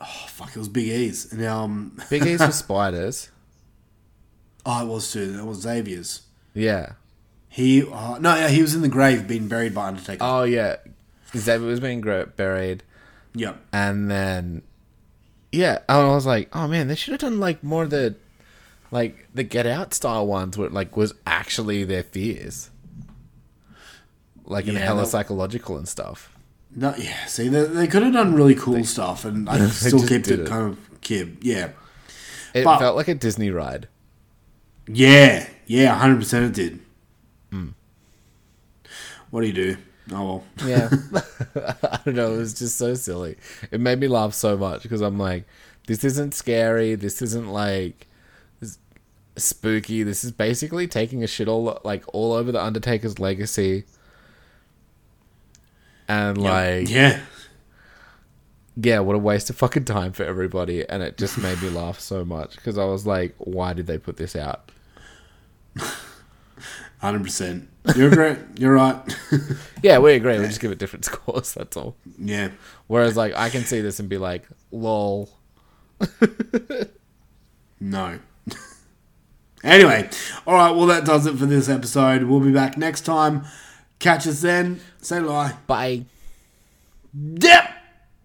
Speaker 4: Oh, fuck, it was Big E's. And um,
Speaker 5: Big E's was spiders.
Speaker 4: oh, it was too. It was Xavier's.
Speaker 5: Yeah.
Speaker 4: He uh, no, yeah, he was in the grave, being buried by Undertaker.
Speaker 5: Oh yeah, Xavier was being gro- buried.
Speaker 4: Yep.
Speaker 5: And then, yeah, and I was like, oh man, they should have done like more of the, like the Get Out style ones where it, like was actually their fears, like in
Speaker 4: Yeah,
Speaker 5: hella
Speaker 4: that-
Speaker 5: psychological and stuff.
Speaker 4: No, yeah. See, they, they could have done really cool stuff, and I
Speaker 5: They
Speaker 4: still
Speaker 5: just
Speaker 4: kept
Speaker 5: did
Speaker 4: it
Speaker 5: it.
Speaker 4: kind of kib. Yeah.
Speaker 5: It
Speaker 4: But-
Speaker 5: felt like a Disney ride.
Speaker 4: Yeah, yeah, hundred percent it did.
Speaker 5: Hmm.
Speaker 4: What do you do? Oh well.
Speaker 5: Yeah. I don't know. It was just so silly. It made me laugh so much because I'm like, this isn't scary. This isn't like s- spooky. This is basically taking a shit all like all over the Undertaker's legacy. And like,
Speaker 4: yeah.
Speaker 5: Yeah, what a waste of fucking time for everybody. And it just made me laugh so much because I was like, why did they put this out?
Speaker 4: Hundred percent. You're great. You're right.
Speaker 5: Yeah, we agree. We just give it different scores. That's all.
Speaker 4: Yeah.
Speaker 5: Whereas, like, I can see this and be like, lol.
Speaker 4: No. Anyway, all right. Well, that does it for this episode. We'll be back next time. Catch us then. Say lie.
Speaker 5: Bye.
Speaker 4: Yep.